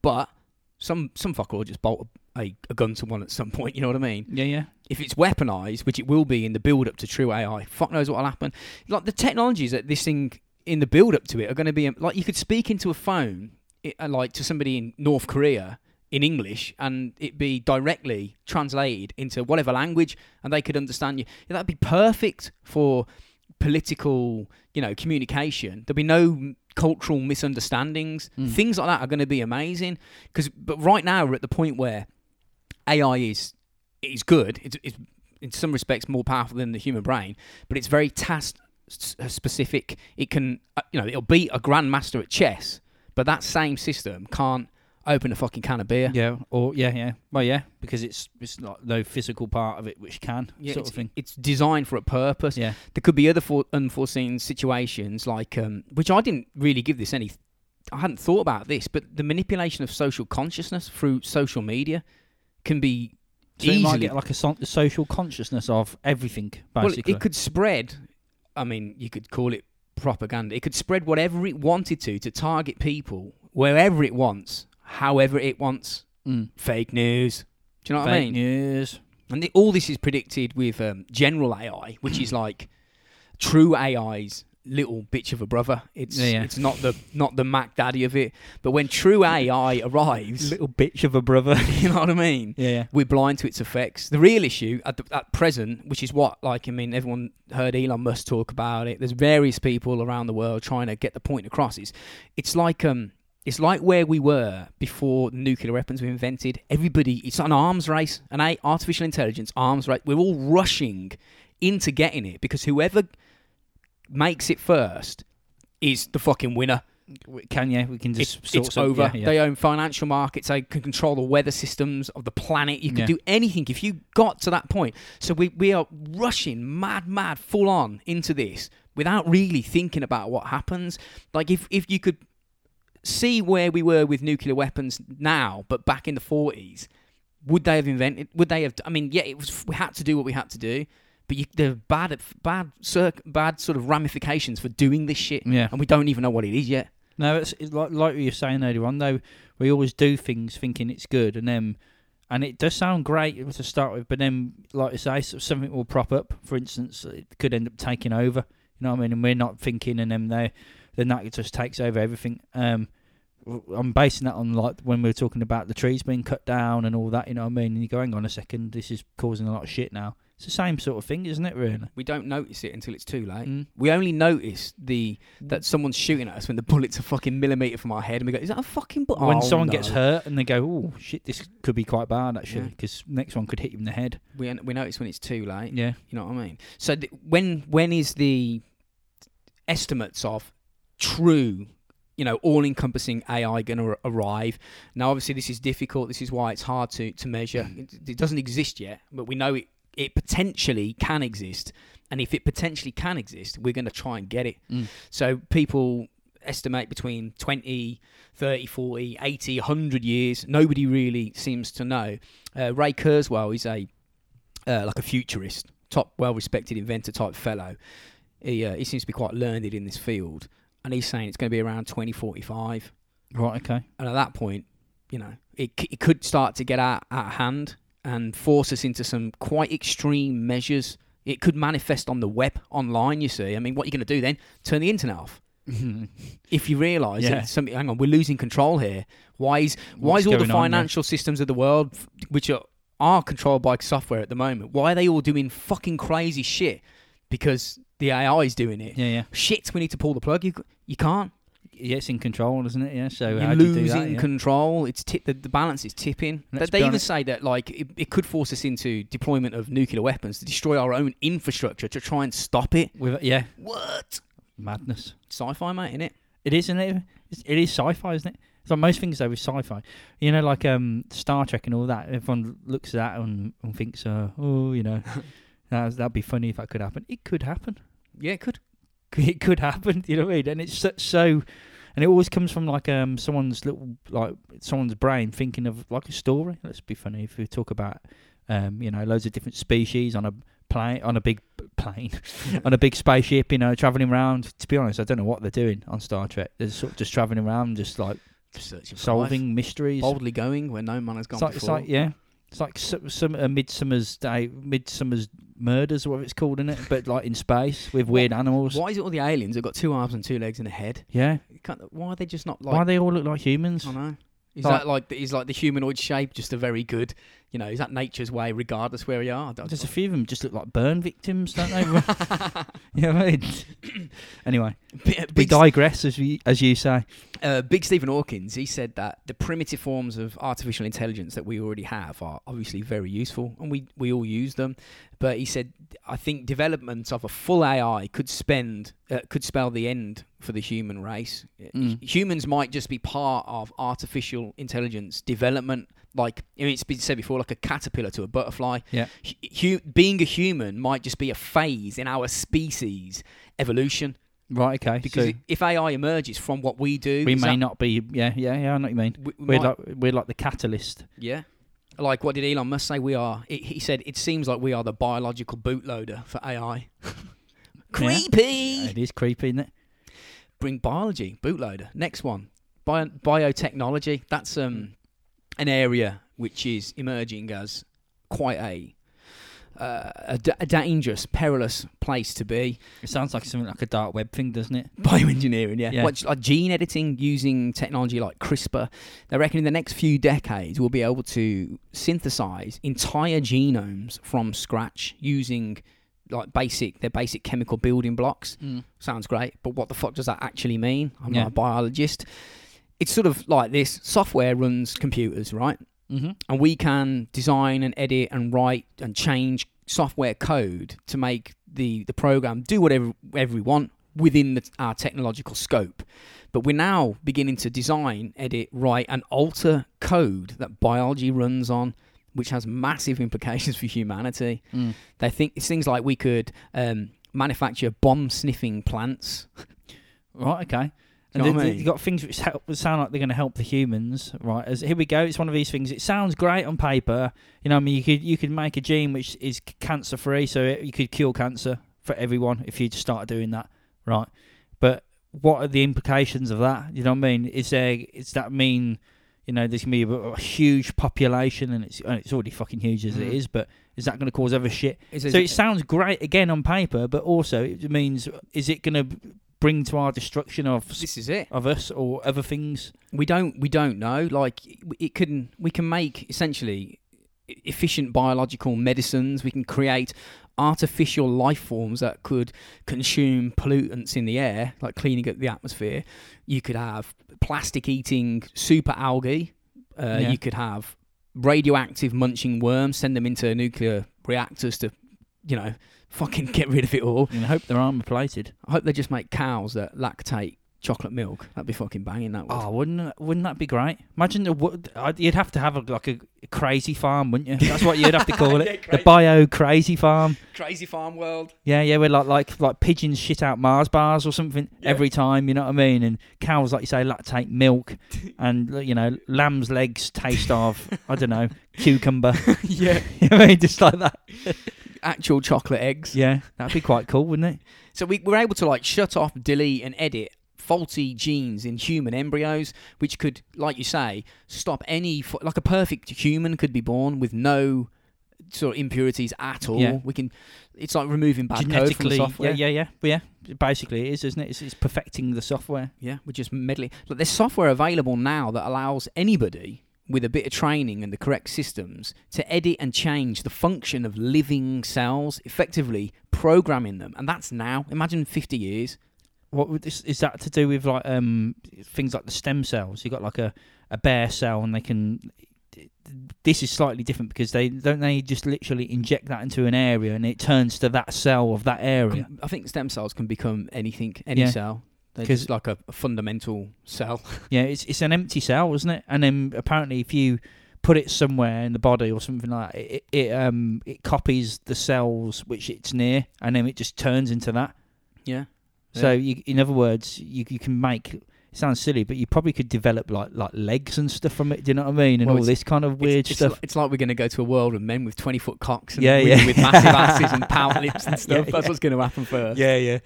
S1: but some some fucker will just bolt a, a gun to one at some point. You know what I mean?
S2: Yeah, yeah.
S1: if it's weaponized, which it will be in the build up to true AI, fuck knows what'll happen. Like the technologies that this thing in the build up to it are going to be um, like you could speak into a phone, it, uh, like to somebody in North Korea in English, and it be directly translated into whatever language, and they could understand you. Yeah, that'd be perfect for political, you know, communication. There'll be no m- cultural misunderstandings.
S2: Mm.
S1: Things like that are going to be amazing. Because, but right now we're at the point where AI is is good. It's, it's in some respects more powerful than the human brain, but it's very task s- uh, specific. It can, uh, you know, it'll beat a grandmaster at chess, but that same system can't open a fucking can of beer.
S2: Yeah, or yeah, yeah. Well, yeah, because it's it's not no physical part of it which can
S1: Yeah,
S2: sort
S1: it's,
S2: of thing.
S1: it's designed for a purpose.
S2: Yeah,
S1: There could be other for- unforeseen situations, like um, which I didn't really give this any. I hadn't thought about this, but the manipulation of social consciousness through social media can be
S2: so you might
S1: Easily.
S2: get like a so- social consciousness of everything basically.
S1: Well, it could spread. I mean, you could call it propaganda. It could spread whatever it wanted to to target people wherever it wants, however it wants.
S2: Mm.
S1: Fake news. Do you know what I
S2: Fake
S1: mean?
S2: news.
S1: And the, all this is predicted with um, general AI, which is like true AI's little bitch of a brother. It's
S2: Yeah, yeah.
S1: it's not the not the Mac Daddy of it. But when true AI arrives,
S2: Little bitch of a brother.
S1: you know what I mean.
S2: yeah, yeah.
S1: We're blind to its effects. The real issue at, the, at present, which is what, like, I mean, everyone heard Elon Musk talk about it. There's various people around the world trying to get the point across. Is it's like um, it's like where we were before nuclear weapons were invented. Everybody, it's an arms race, an a- artificial intelligence arms race. We're all rushing into getting it because whoever makes it first is the fucking winner.
S2: We Can yeah? We can just.
S1: It's-
S2: sort
S1: it's
S2: some-
S1: over.
S2: Yeah, yeah.
S1: They own financial markets. They can control the weather systems of the planet. You can
S2: Yeah.
S1: do anything if you got to that point. So we, we are rushing mad, mad, full on into this without really thinking about what happens. Like if, if you could see where we were with nuclear weapons now, but back in the 40s, would they have invented? Would they have? I mean, yeah, it was. We had to do what we had to do, but you, there are bad, bad, circ, bad sort of ramifications for doing this shit,
S2: yeah.
S1: and we don't even know what it is yet.
S2: No, it's, it's like like you were saying earlier on. Though we always do things thinking it's good, and then and it does sound great to start with, but then like you say, so- something will prop up. For instance, it could end up taking over. You know what I mean? And we're not thinking, and then they then that just takes over everything. Um, w- I'm basing that on like when we were talking about the trees being cut down and all that. You know what I mean? And you go, hang on a second, this is causing a lot of shit now. It's the same sort of thing, isn't it? Really?
S1: We don't notice it until it's too late.
S2: Mm.
S1: We only notice the that someone's shooting at us when the bullets are fucking millimeter from our head, and we go, "Is that a fucking bullet?"
S2: when
S1: Oh,
S2: someone
S1: no.
S2: gets hurt and they go, "Oh shit, this could be quite bad actually,"
S1: Yeah.
S2: because next one could hit you in the head.
S1: we we notice when it's too late.
S2: Yeah,
S1: You know what I mean? So th- when when is the estimates of true, you know, all-encompassing AI going to arrive? Now, obviously, this is difficult. This is why it's hard to to measure. It, it doesn't exist yet, but we know it it potentially can exist. And if it potentially can exist, we're going to try and get it.
S2: Mm.
S1: So people estimate between 20, 30, 40, 80, 100 years. Nobody really seems to know. Uh, Ray Kurzweil is a uh, like a futurist, top well-respected inventor type fellow. He uh, he seems to be quite learned in this field, and he's saying it's going to be around 2045.
S2: right. Okay.
S1: And at that point, you know, it c- it could start to get out out of hand and force us into some quite extreme measures. It could manifest on the web, online. You see, I mean, what are you going to do then? Turn the internet off. If you realise
S2: Yeah.
S1: that something, hang on, we're losing control here. Why is why is all the financial systems of the world, f- which are, are controlled by software at the moment, why are they all doing fucking crazy shit? Because the AI is doing it.
S2: Yeah, yeah,
S1: Shit, we need to pull the plug. You c- you can't.
S2: yeah. It's in control, isn't it? Yeah. So
S1: You're
S2: how do you
S1: losing
S2: do that? Yeah.
S1: control. It's tip, the, the balance is tipping.
S2: Let's
S1: That they
S2: be
S1: even
S2: honest.
S1: say that like it, it could force us into deployment of nuclear weapons to destroy our own infrastructure to try and stop it.
S2: With, yeah,
S1: What?
S2: madness.
S1: Sci-fi, mate, innit?
S2: It is, isn't it? It's, it is sci-fi, isn't it? It's like most things though with sci-fi. You know, like um Star Trek and all that. Everyone looks at that and, and thinks, uh, "Oh, you know, that that'd be funny if that could happen." It could happen.
S1: Yeah, it could.
S2: it could happen. You know what I mean? And it's so, so and it always comes from like um someone's little like someone's brain thinking of like a story. Let's be funny if we talk about um you know loads of different species on a plane on a big p- plane on a big spaceship. You know traveling around. To be honest, I don't know what they're doing on Star Trek. They're sort of just traveling around, just like
S1: Searching for
S2: solving
S1: life.
S2: mysteries.
S1: boldly going where no man has gone
S2: it's like, it's
S1: before.
S2: like yeah. It's like some, some uh, midsummer's day, midsummer's murders, or whatever it's called, in it, but like in space with weird animals.
S1: why is it all the aliens have got two arms and two legs and a head?
S2: Yeah,
S1: You can't- why are they just not
S2: why
S1: like?
S2: they all look like humans?
S1: I know. Is
S2: Like-
S1: that like is like the humanoid shape just a very good? You know, is that nature's way, regardless where we are? I don't-
S2: There's a few of them just look like burn victims, don't they? you know what I mean? anyway,
S1: Big-
S2: we
S1: big,
S2: digress as we as you say.
S1: uh, big Stephen Hawkins. He said that the primitive forms of artificial intelligence that we already have are obviously very useful, and we we all use them. But he said, I think development of a full AI could spend uh, could spell the end for the human race. Uh,
S2: Mm.
S1: humans might just be part of artificial intelligence development like I mean, it's been said before like a caterpillar to a butterfly
S2: Yeah.
S1: Hu- hu- being a human might just be a phase in our species evolution
S2: Right, okay.
S1: because
S2: so
S1: i- if ai emerges from what we do
S2: we
S1: is
S2: may
S1: that-
S2: not be yeah, yeah, yeah, I know what you mean.
S1: we- we
S2: We're
S1: might-
S2: like we're like the catalyst.
S1: yeah like what did elon musk say we are he- he said it seems like we are the biological bootloader for ai creepy
S2: It is creepy, isn't it?
S1: bring biology bootloader next one Bio- biotechnology that's um an area which is emerging as quite a uh, a, d- a dangerous, perilous place to be.
S2: It sounds like something like a dark web thing, doesn't it?
S1: Bioengineering, yeah.
S2: Yeah.
S1: What, like gene editing using technology like CRISPR. They reckon in the next few decades we'll be able to synthesize entire genomes from scratch using like basic their basic chemical building blocks. sounds great, but what the fuck does that actually mean? I'm
S2: Yeah.
S1: not a biologist. It's sort of like this software runs computers, right?
S2: Mm-hmm.
S1: And we can design and edit and write and change software code to make the, the program do whatever, whatever we want within the, our technological scope. But we're now beginning to design, edit, write, and alter code that biology runs on, which has massive implications for humanity.
S2: Mm.
S1: They think it's things like we could um, manufacture bomb sniffing plants.
S2: Right, okay.
S1: You
S2: And
S1: know
S2: they,
S1: what I
S2: they-
S1: mean?
S2: you got things which help, sound like they're going to help the humans, right? As here we go, it's one of these things. It sounds great on paper, you know. I mean, you could you could make a gene which is cancer free, so it, you could cure cancer for everyone if you just started doing that, right? But what are the implications of that? You know what I mean? Is there is that mean, you know, there's gonna be a, a huge population, and it's and it's already fucking huge as it
S1: Mhm.
S2: is, but is that going to cause other shit?
S1: It's,
S2: So it sounds great again on paper, but also it means is it going to bring to our destruction of s-
S1: this is it.
S2: of us or other things?
S1: We don't we don't know. Like it can we can make essentially efficient biological medicines. We can create artificial life forms that could consume pollutants in the air, like cleaning up the atmosphere. You could have plastic eating super algae. Uh,
S2: Yeah.
S1: You could have radioactive munching worms. Send them into nuclear reactors to, you know, fucking get rid of it all.
S2: And I hope they're armor plated.
S1: I hope they just make cows that lactate chocolate milk. That'd be fucking banging. That would.
S2: Oh, wouldn't that- wouldn't that be great? Imagine the wo- I'd- you'd have to have a, like a crazy farm, wouldn't you? That's what you'd have to call it.
S1: Yeah,
S2: The bio crazy farm.
S1: Crazy farm world.
S2: Yeah, yeah, we're like like like pigeons shit out Mars bars or something
S1: Yeah.
S2: every time. You know what I mean? And cows, like you say, lactate milk, and you know, lamb's legs taste of I don't know cucumber.
S1: yeah.
S2: you know what I mean? Just like that.
S1: Actual chocolate eggs.
S2: Yeah, that'd be quite cool, wouldn't it?
S1: So we were able to like shut off, delete, and edit faulty genes in human embryos, which could, like you say, stop any fu- like a perfect human could be born with no sort of impurities at all.
S2: Yeah.
S1: We can. It's like removing bad code from the software.
S2: yeah, yeah, yeah, But yeah. Basically, it is, isn't it? It's, it's perfecting the software.
S1: Yeah, we're just meddling. Look, there's software available now that allows anybody with a bit of training and the correct systems to edit and change the function of living cells, effectively programming them. And that's now. Imagine 50 years.
S2: What would this, is that to do with? Like um, things like the stem cells. You got like a a bare cell, and they can. This is slightly different because they don't they just literally inject that into an area, and it turns to that cell of that area.
S1: I think stem cells can become anything, any
S2: Yeah.
S1: cell. They're
S2: 'Cause-
S1: just like a, a fundamental cell.
S2: Yeah, it's it's an empty cell, isn't it? And then apparently, if you put it somewhere in the body or something like that, it, it um it copies the cells which it's near, and then it just turns into that.
S1: yeah.
S2: So you, in other words, you you can make. It sounds silly, but you probably could develop like like legs and stuff from it. Do you know what I mean? And
S1: Well,
S2: all
S1: it's-
S2: this kind of weird
S1: it's, it's
S2: stuff.
S1: li- it's like we're going to go to a world of men with 20 foot cocks and
S2: Yeah,
S1: women
S2: yeah.
S1: with massive asses and pout lips and
S2: Yeah,
S1: stuff. That's
S2: yeah.
S1: what's going to happen first.
S2: yeah, yeah.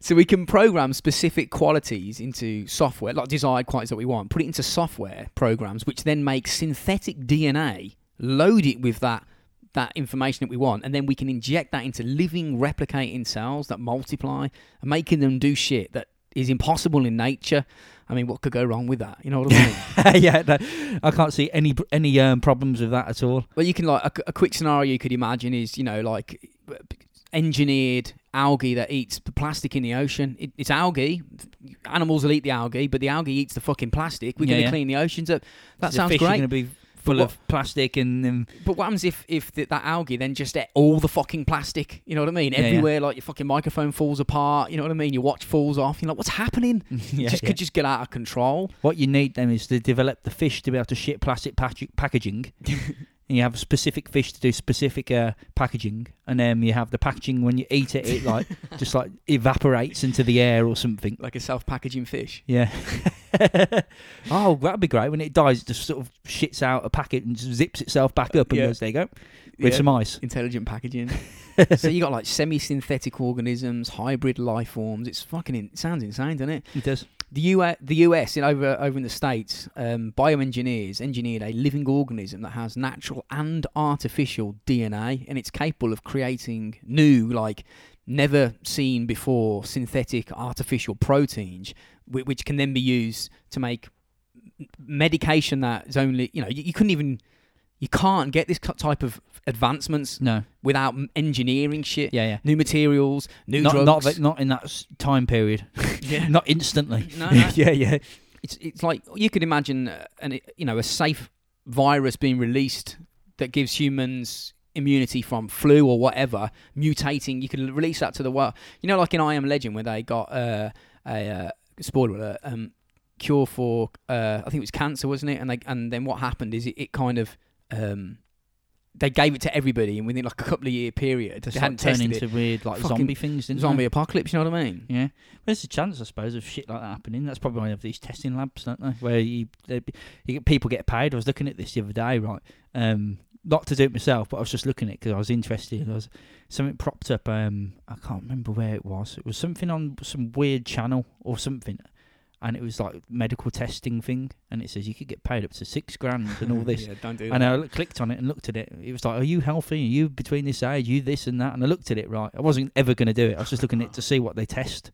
S1: So we can program specific qualities into software, like desired qualities that we want, put it into software programs, which then make synthetic DNA, load it with that that information that we want, and then we can inject that into living replicating cells that multiply and making them do shit that is impossible in nature. I mean, what could go wrong with that? You know what I mean?
S2: yeah, no, I can't see any any um, problems with that at all.
S1: Well, you can like a, a quick scenario you could imagine is you know like engineered algae that eats the plastic in the ocean. It, it's algae. Animals will eat the algae, but the algae eats the fucking plastic. We're
S2: Yeah,
S1: going to
S2: yeah.
S1: clean the oceans up. That
S2: The
S1: sounds
S2: fish
S1: great.
S2: Are gonna be full
S1: what-
S2: of plastic and um,
S1: But what happens if if th that algae then just ate all the fucking plastic? You know what I mean?
S2: Yeah, yeah.
S1: Everywhere, like your fucking microphone falls apart. You know what I mean? Your watch falls off. You're like, what's happening?
S2: yeah,
S1: it just
S2: yeah.
S1: could just get out of control.
S2: What you need then is to develop the fish to be able to ship plastic pack- packaging. And you have specific fish to do specific uh, packaging, and then you have the packaging when you eat it, it like just like evaporates into the air or something.
S1: Like a self-packaging fish.
S2: Yeah. oh, that'd be great. When it dies, it just sort of shits out a packet and just zips itself back up and
S1: Yeah.
S2: goes, there you go. with
S1: Yeah.
S2: some ice.
S1: intelligent packaging. so you got like semi-synthetic organisms, hybrid life forms. It's fucking in- it sounds insane, doesn't it?
S2: It does.
S1: The U the US in over over in the states, um, bioengineers engineered a living organism that has natural and artificial DNA, and it's capable of creating new, like never seen before, synthetic artificial proteins, which, which can then be used to make m- medication that is only you know you, you couldn't even you can't get this cu- type of advancements
S2: No.
S1: without m- engineering shit,
S2: Yeah, yeah.
S1: new materials, new
S2: Not, not,
S1: drugs.
S2: that- not in that s- time period.
S1: Yeah.
S2: not instantly.
S1: No, no.
S2: yeah, yeah.
S1: it's it's like you could imagine uh, an you know a safe virus being released that gives humans immunity from flu or whatever mutating. You could release that to the world. You know, like in I Am Legend, where they got uh, a uh, spoiler alert. Um, cure for uh, I think it was cancer, wasn't it? And they and then what happened is it, it kind of um, they gave it to everybody, and within like a couple of year period,
S2: Just
S1: they
S2: like
S1: hadn't
S2: turn
S1: tested
S2: into weird like
S1: Fucking
S2: zombie things,
S1: it.
S2: didn't
S1: Zombie apocalypse. You know what I mean?
S2: They? Yeah. There's a chance, I suppose, of shit like that happening. That's probably why they have these testing labs, don't they? Where you, they, you get, people get paid. I was looking at this the other day, right? Um, not to do it myself, but I was just looking at it because I was interested. I was something propped up. Um, I can't remember where it was. It was something on some weird channel or something, and it was like medical testing thing. And it says you could get paid up to six grand and all this.
S1: Mm-hmm. yeah, don't do that.
S2: And I l- clicked on it and looked at it. It was like, "Are you healthy? Are you between this age? You this and that?" And I looked at it. Right, I wasn't ever going to do it. I was just looking at it to see what they test.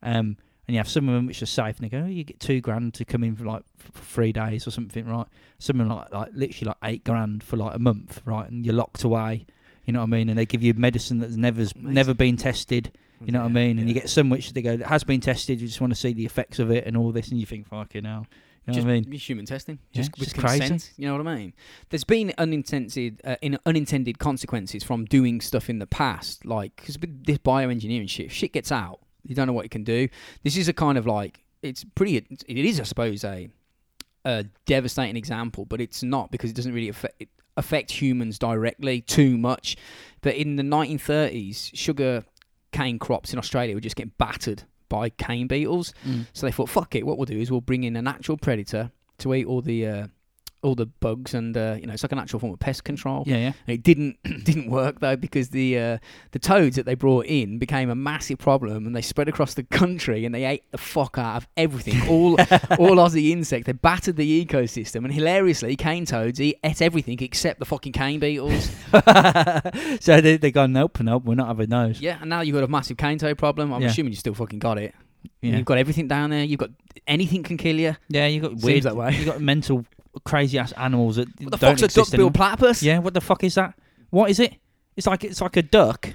S2: Um, and you have some of them which are safe, and they go, oh, "You get two grand to come in for like f- for three days or something, right?" Some of them like like literally like eight grand for like a month, right? And you're locked away. You know what I mean? And they give you medicine that's never
S1: Amazing.
S2: never been tested. You know what I mean? And you
S1: Yeah.
S2: get some which they go, "It has been tested. You just want to see the effects of it and all this." And you think, "Fucking hell." You know
S1: just
S2: what I mean?
S1: human testing,
S2: Yeah,
S1: just
S2: it's
S1: with
S2: just crazy.
S1: consent. You know what I mean? There's been unintended, uh, in unintended consequences from doing stuff in the past, like because this bioengineering shit, if shit gets out. You don't know what it can do. This is a kind of like it's pretty. It is, I suppose, a, a devastating example, but it's not because it doesn't really affect it affect humans directly too much. But in the 1930s, sugar cane crops in Australia were just getting battered by cane beetles. So they thought, fuck it. What we'll do is we'll bring in a natural predator to eat all the uh, all the bugs, and uh, you know it's like a natural form of pest control.
S2: Yeah, yeah.
S1: And it didn't didn't work though because the uh, the toads that they brought in became a massive problem, and they spread across the country, and they ate the fuck out of everything. All all Aussie insect. They battered the ecosystem, and hilariously, cane toads eat, ate everything except the fucking cane beetles.
S2: so they they go, nope, nope, we're not having those.
S1: yeah, and now you've got a massive cane toad problem. I'm
S2: Yeah.
S1: assuming you still fucking got it.
S2: Yeah,
S1: You've got everything down there. You've got anything can kill you.
S2: yeah you got
S1: Seems
S2: weird.
S1: that way.
S2: You got mental, crazy ass animals that
S1: What the
S2: don't
S1: fuck's a
S2: exist
S1: duck-billed
S2: anymore.
S1: platypus?
S2: Yeah, what the fuck is that? What is it? It's like it's like a duck,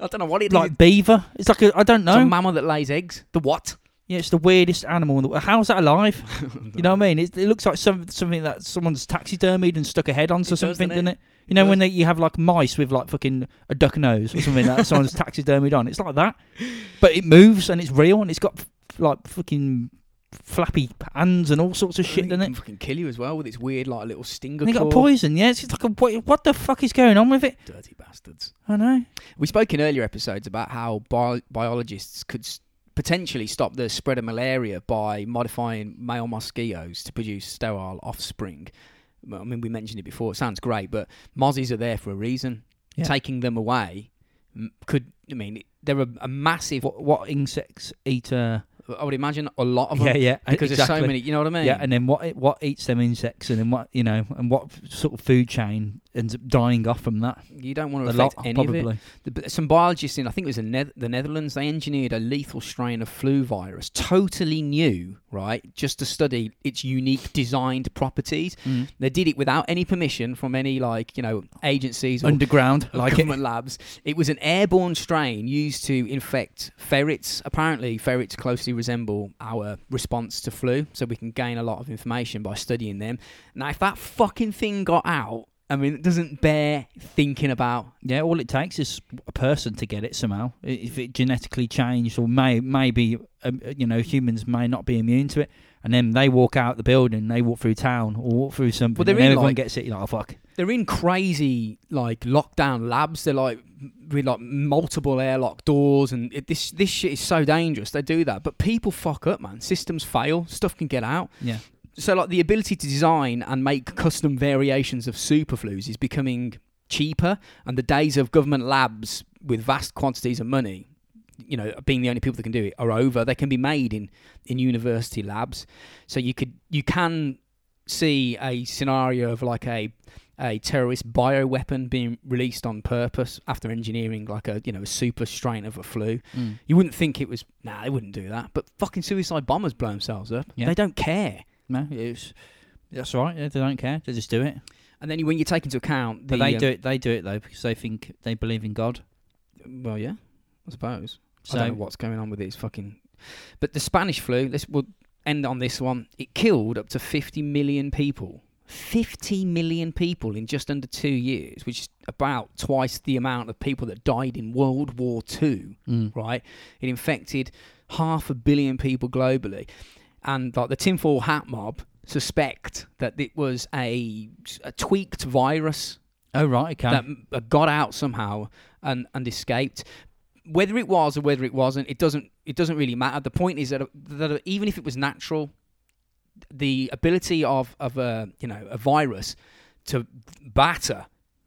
S1: I don't know what it is.
S2: like beaver. It's like a I don't
S1: It's a
S2: know.
S1: mammal that lays eggs. The what?
S2: yeah, it's the weirdest animal. In the, wo- how's that alive? You know what I mean? It, it looks like some, something that someone's taxidermied and stuck a head onto
S1: does,
S2: something,
S1: doesn't it?
S2: doesn't it? You know
S1: does.
S2: when they, you have like mice with like fucking a duck nose or something that someone's taxidermied on. It's like that, but it moves and it's real and it's got f- like fucking flappy hands and all sorts of shit,
S1: It
S2: doesn't
S1: can
S2: it?
S1: fucking kill you as well with its weird like little stinger
S2: And they got
S1: claw.
S2: poison. Yeah, it's just like a, what, what the fuck is going on with it?
S1: Dirty bastards.
S2: I know.
S1: We spoke in earlier episodes about how bio- biologists could s- potentially stop the spread of malaria by modifying male mosquitoes to produce sterile offspring. Well, I mean, we mentioned it before. It sounds great, but mozzies are there for a reason.
S2: Yeah.
S1: Taking them away m- could, I mean, they're a, a massive.
S2: What, what insects eat? Uh,
S1: I would imagine a lot of them
S2: yeah, yeah,
S1: because
S2: exactly.
S1: there's so many. You know what I mean?
S2: Yeah, and then what what eats them insects, and then what you know, and what sort of food chain ends up dying off from that?
S1: you don't want
S2: a
S1: to
S2: lot,
S1: affect any
S2: probably.
S1: of it. The- but some biologists in, I think it was the, Neth- the Netherlands, they engineered a lethal strain of flu virus, totally new, right? Just to study its unique designed properties.
S2: Mm.
S1: They did it without any permission from any, like, you know, agencies or
S2: underground,
S1: like
S2: like it.
S1: government labs. It was an airborne strain used to infect ferrets. Apparently, ferrets closely resemble our response to flu, so we can gain a lot of information by studying them. Now, if that fucking thing got out, I mean, it doesn't bear thinking about.
S2: Yeah, all it takes is a person to get it somehow. I- If it genetically changed, or may maybe um, you know humans may not be immune to it, and then they walk out the building, they walk through town, or walk through something,
S1: they're
S2: and
S1: in,
S2: everyone
S1: like-
S2: gets it. You're like, oh, fuck.
S1: They're in crazy like lockdown labs. They're like with like multiple airlock doors, and it, this this shit is so dangerous. They do that, but people fuck up, man. Systems fail, stuff can get out.
S2: Yeah.
S1: so like the ability to design and make custom variations of superflues is becoming cheaper and the days of government labs with vast quantities of money you know being the only people that can do it are over they can be made in in university labs so you could you can see a scenario of like a a terrorist bioweapon being released on purpose after engineering like a you know a super strain of a flu you wouldn't think it was. Nah, they wouldn't do that. But fucking suicide bombers blow themselves up.
S2: Yeah.
S1: They don't care.
S2: No, it's that's all right. yeah, They don't care. They just do it.
S1: And then you- when you take into account, the,
S2: But they
S1: um,
S2: do it. They do it though because they think they believe in God.
S1: Well, yeah, I suppose.
S2: So
S1: I don't know what's going on with these fucking. But the Spanish flu. Let's we'll end on this one. It killed up to fifty million people. Fifty million people in just under two years, which is about twice the amount of people that died in World War Two.
S2: Mm.
S1: right? It infected half a billion people globally, and like the tinfoil hat mob suspect that it was a, a tweaked virus
S2: Oh right, okay.
S1: that that got out somehow and and escaped. Whether it was or whether it wasn't, it doesn't it doesn't really matter. The point is that that even if it was natural, the ability of of a you know a virus to batter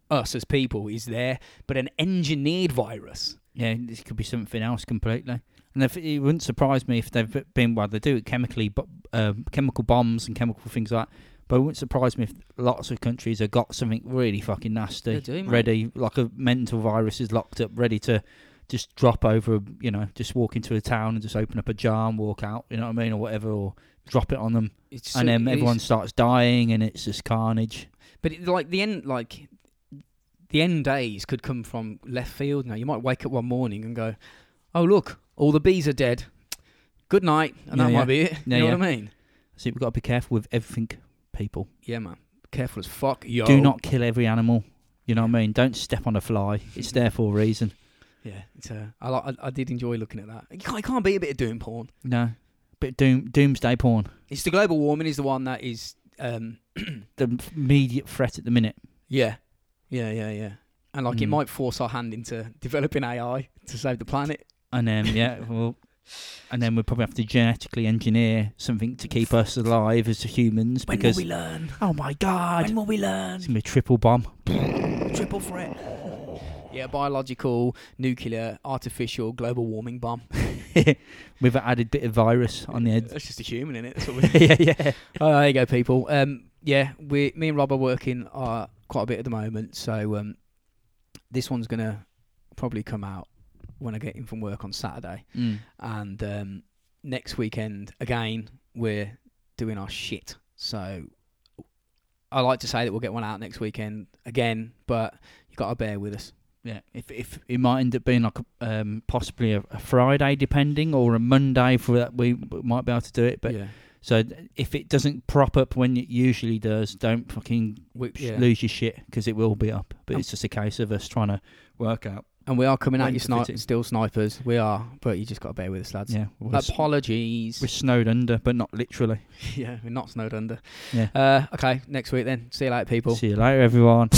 S1: us as people is there, but an engineered virus
S2: yeah, this could be something else completely. And if, it wouldn't surprise me if they've been well, they do it chemically, but um, chemical bombs and chemical things like. that. But it wouldn't surprise me if lots of countries have got something really fucking nasty
S1: They do, mate.
S2: ready, like a mental virus is locked up, ready to just drop over. You know, just walk into a town and just open up a jar and walk out. You know what I mean, or whatever, or drop it on them,
S1: It's
S2: and
S1: so-
S2: then
S1: it is-
S2: everyone starts dying, and it's just carnage.
S1: But it, like the end, like the end days could come from left field. Now you might wake up one morning and go, "Oh look, all the bees are dead. Good night," and
S2: Yeah,
S1: that
S2: yeah.
S1: might be it.
S2: Yeah,
S1: you know
S2: yeah.
S1: what I mean?
S2: So we've got to be careful with everything, people.
S1: Yeah, man. Careful as fuck, yo.
S2: Do not kill every animal. You know what I mean? Don't step on a fly. It's there for a reason.
S1: Yeah, it's, uh, I, like, I I did enjoy looking at that. You can't, it can't be a bit of doom porn.
S2: No. But doom, doomsday porn.
S1: It's the global warming is the one that is. Um,
S2: The immediate threat at the minute.
S1: yeah, yeah, yeah, yeah. And like it
S2: Mm.
S1: might force our hand into developing AI to save the planet.
S2: And then, yeah, well, and then we'll probably have to genetically engineer something to keep us alive as humans
S1: When
S2: because.
S1: will we learn?
S2: oh my God.
S1: When will we learn?
S2: It's going to be a triple bomb.
S1: Triple threat. Yeah, biological, nuclear, artificial, global warming bomb.
S2: With an added bit of virus on the end.
S1: That's just a human in it. That's what we-
S2: yeah, yeah.
S1: oh, there you go, people. Um, yeah, we, me and Rob are working uh, quite a bit at the moment, so um, this one's gonna probably come out when I get in from work on Saturday,
S2: Mm.
S1: and um, next weekend again we're doing our shit. So I like to say that we'll get one out next weekend again, but you got to bear with us.
S2: Yeah, if if it might end up being like a, um, possibly a, a Friday, depending, or a Monday for that we might be able to do it. But
S1: yeah.
S2: So th- if it doesn't prop up when it usually does, don't fucking
S1: We,
S2: sh
S1: yeah.
S2: lose your shit because it will be up. But
S1: Um,
S2: it's just a case of us trying to work out.
S1: And we are coming at
S2: When
S1: you,
S2: to
S1: sni-
S2: fit in.
S1: still snipers. We are, but you just got to bear with us, lads.
S2: Yeah, we're, s-
S1: Apologies.
S2: we're snowed under, but not literally.
S1: yeah, we're not snowed under.
S2: Yeah.
S1: Uh, okay, next week then. See you later, people.
S2: See you later, everyone.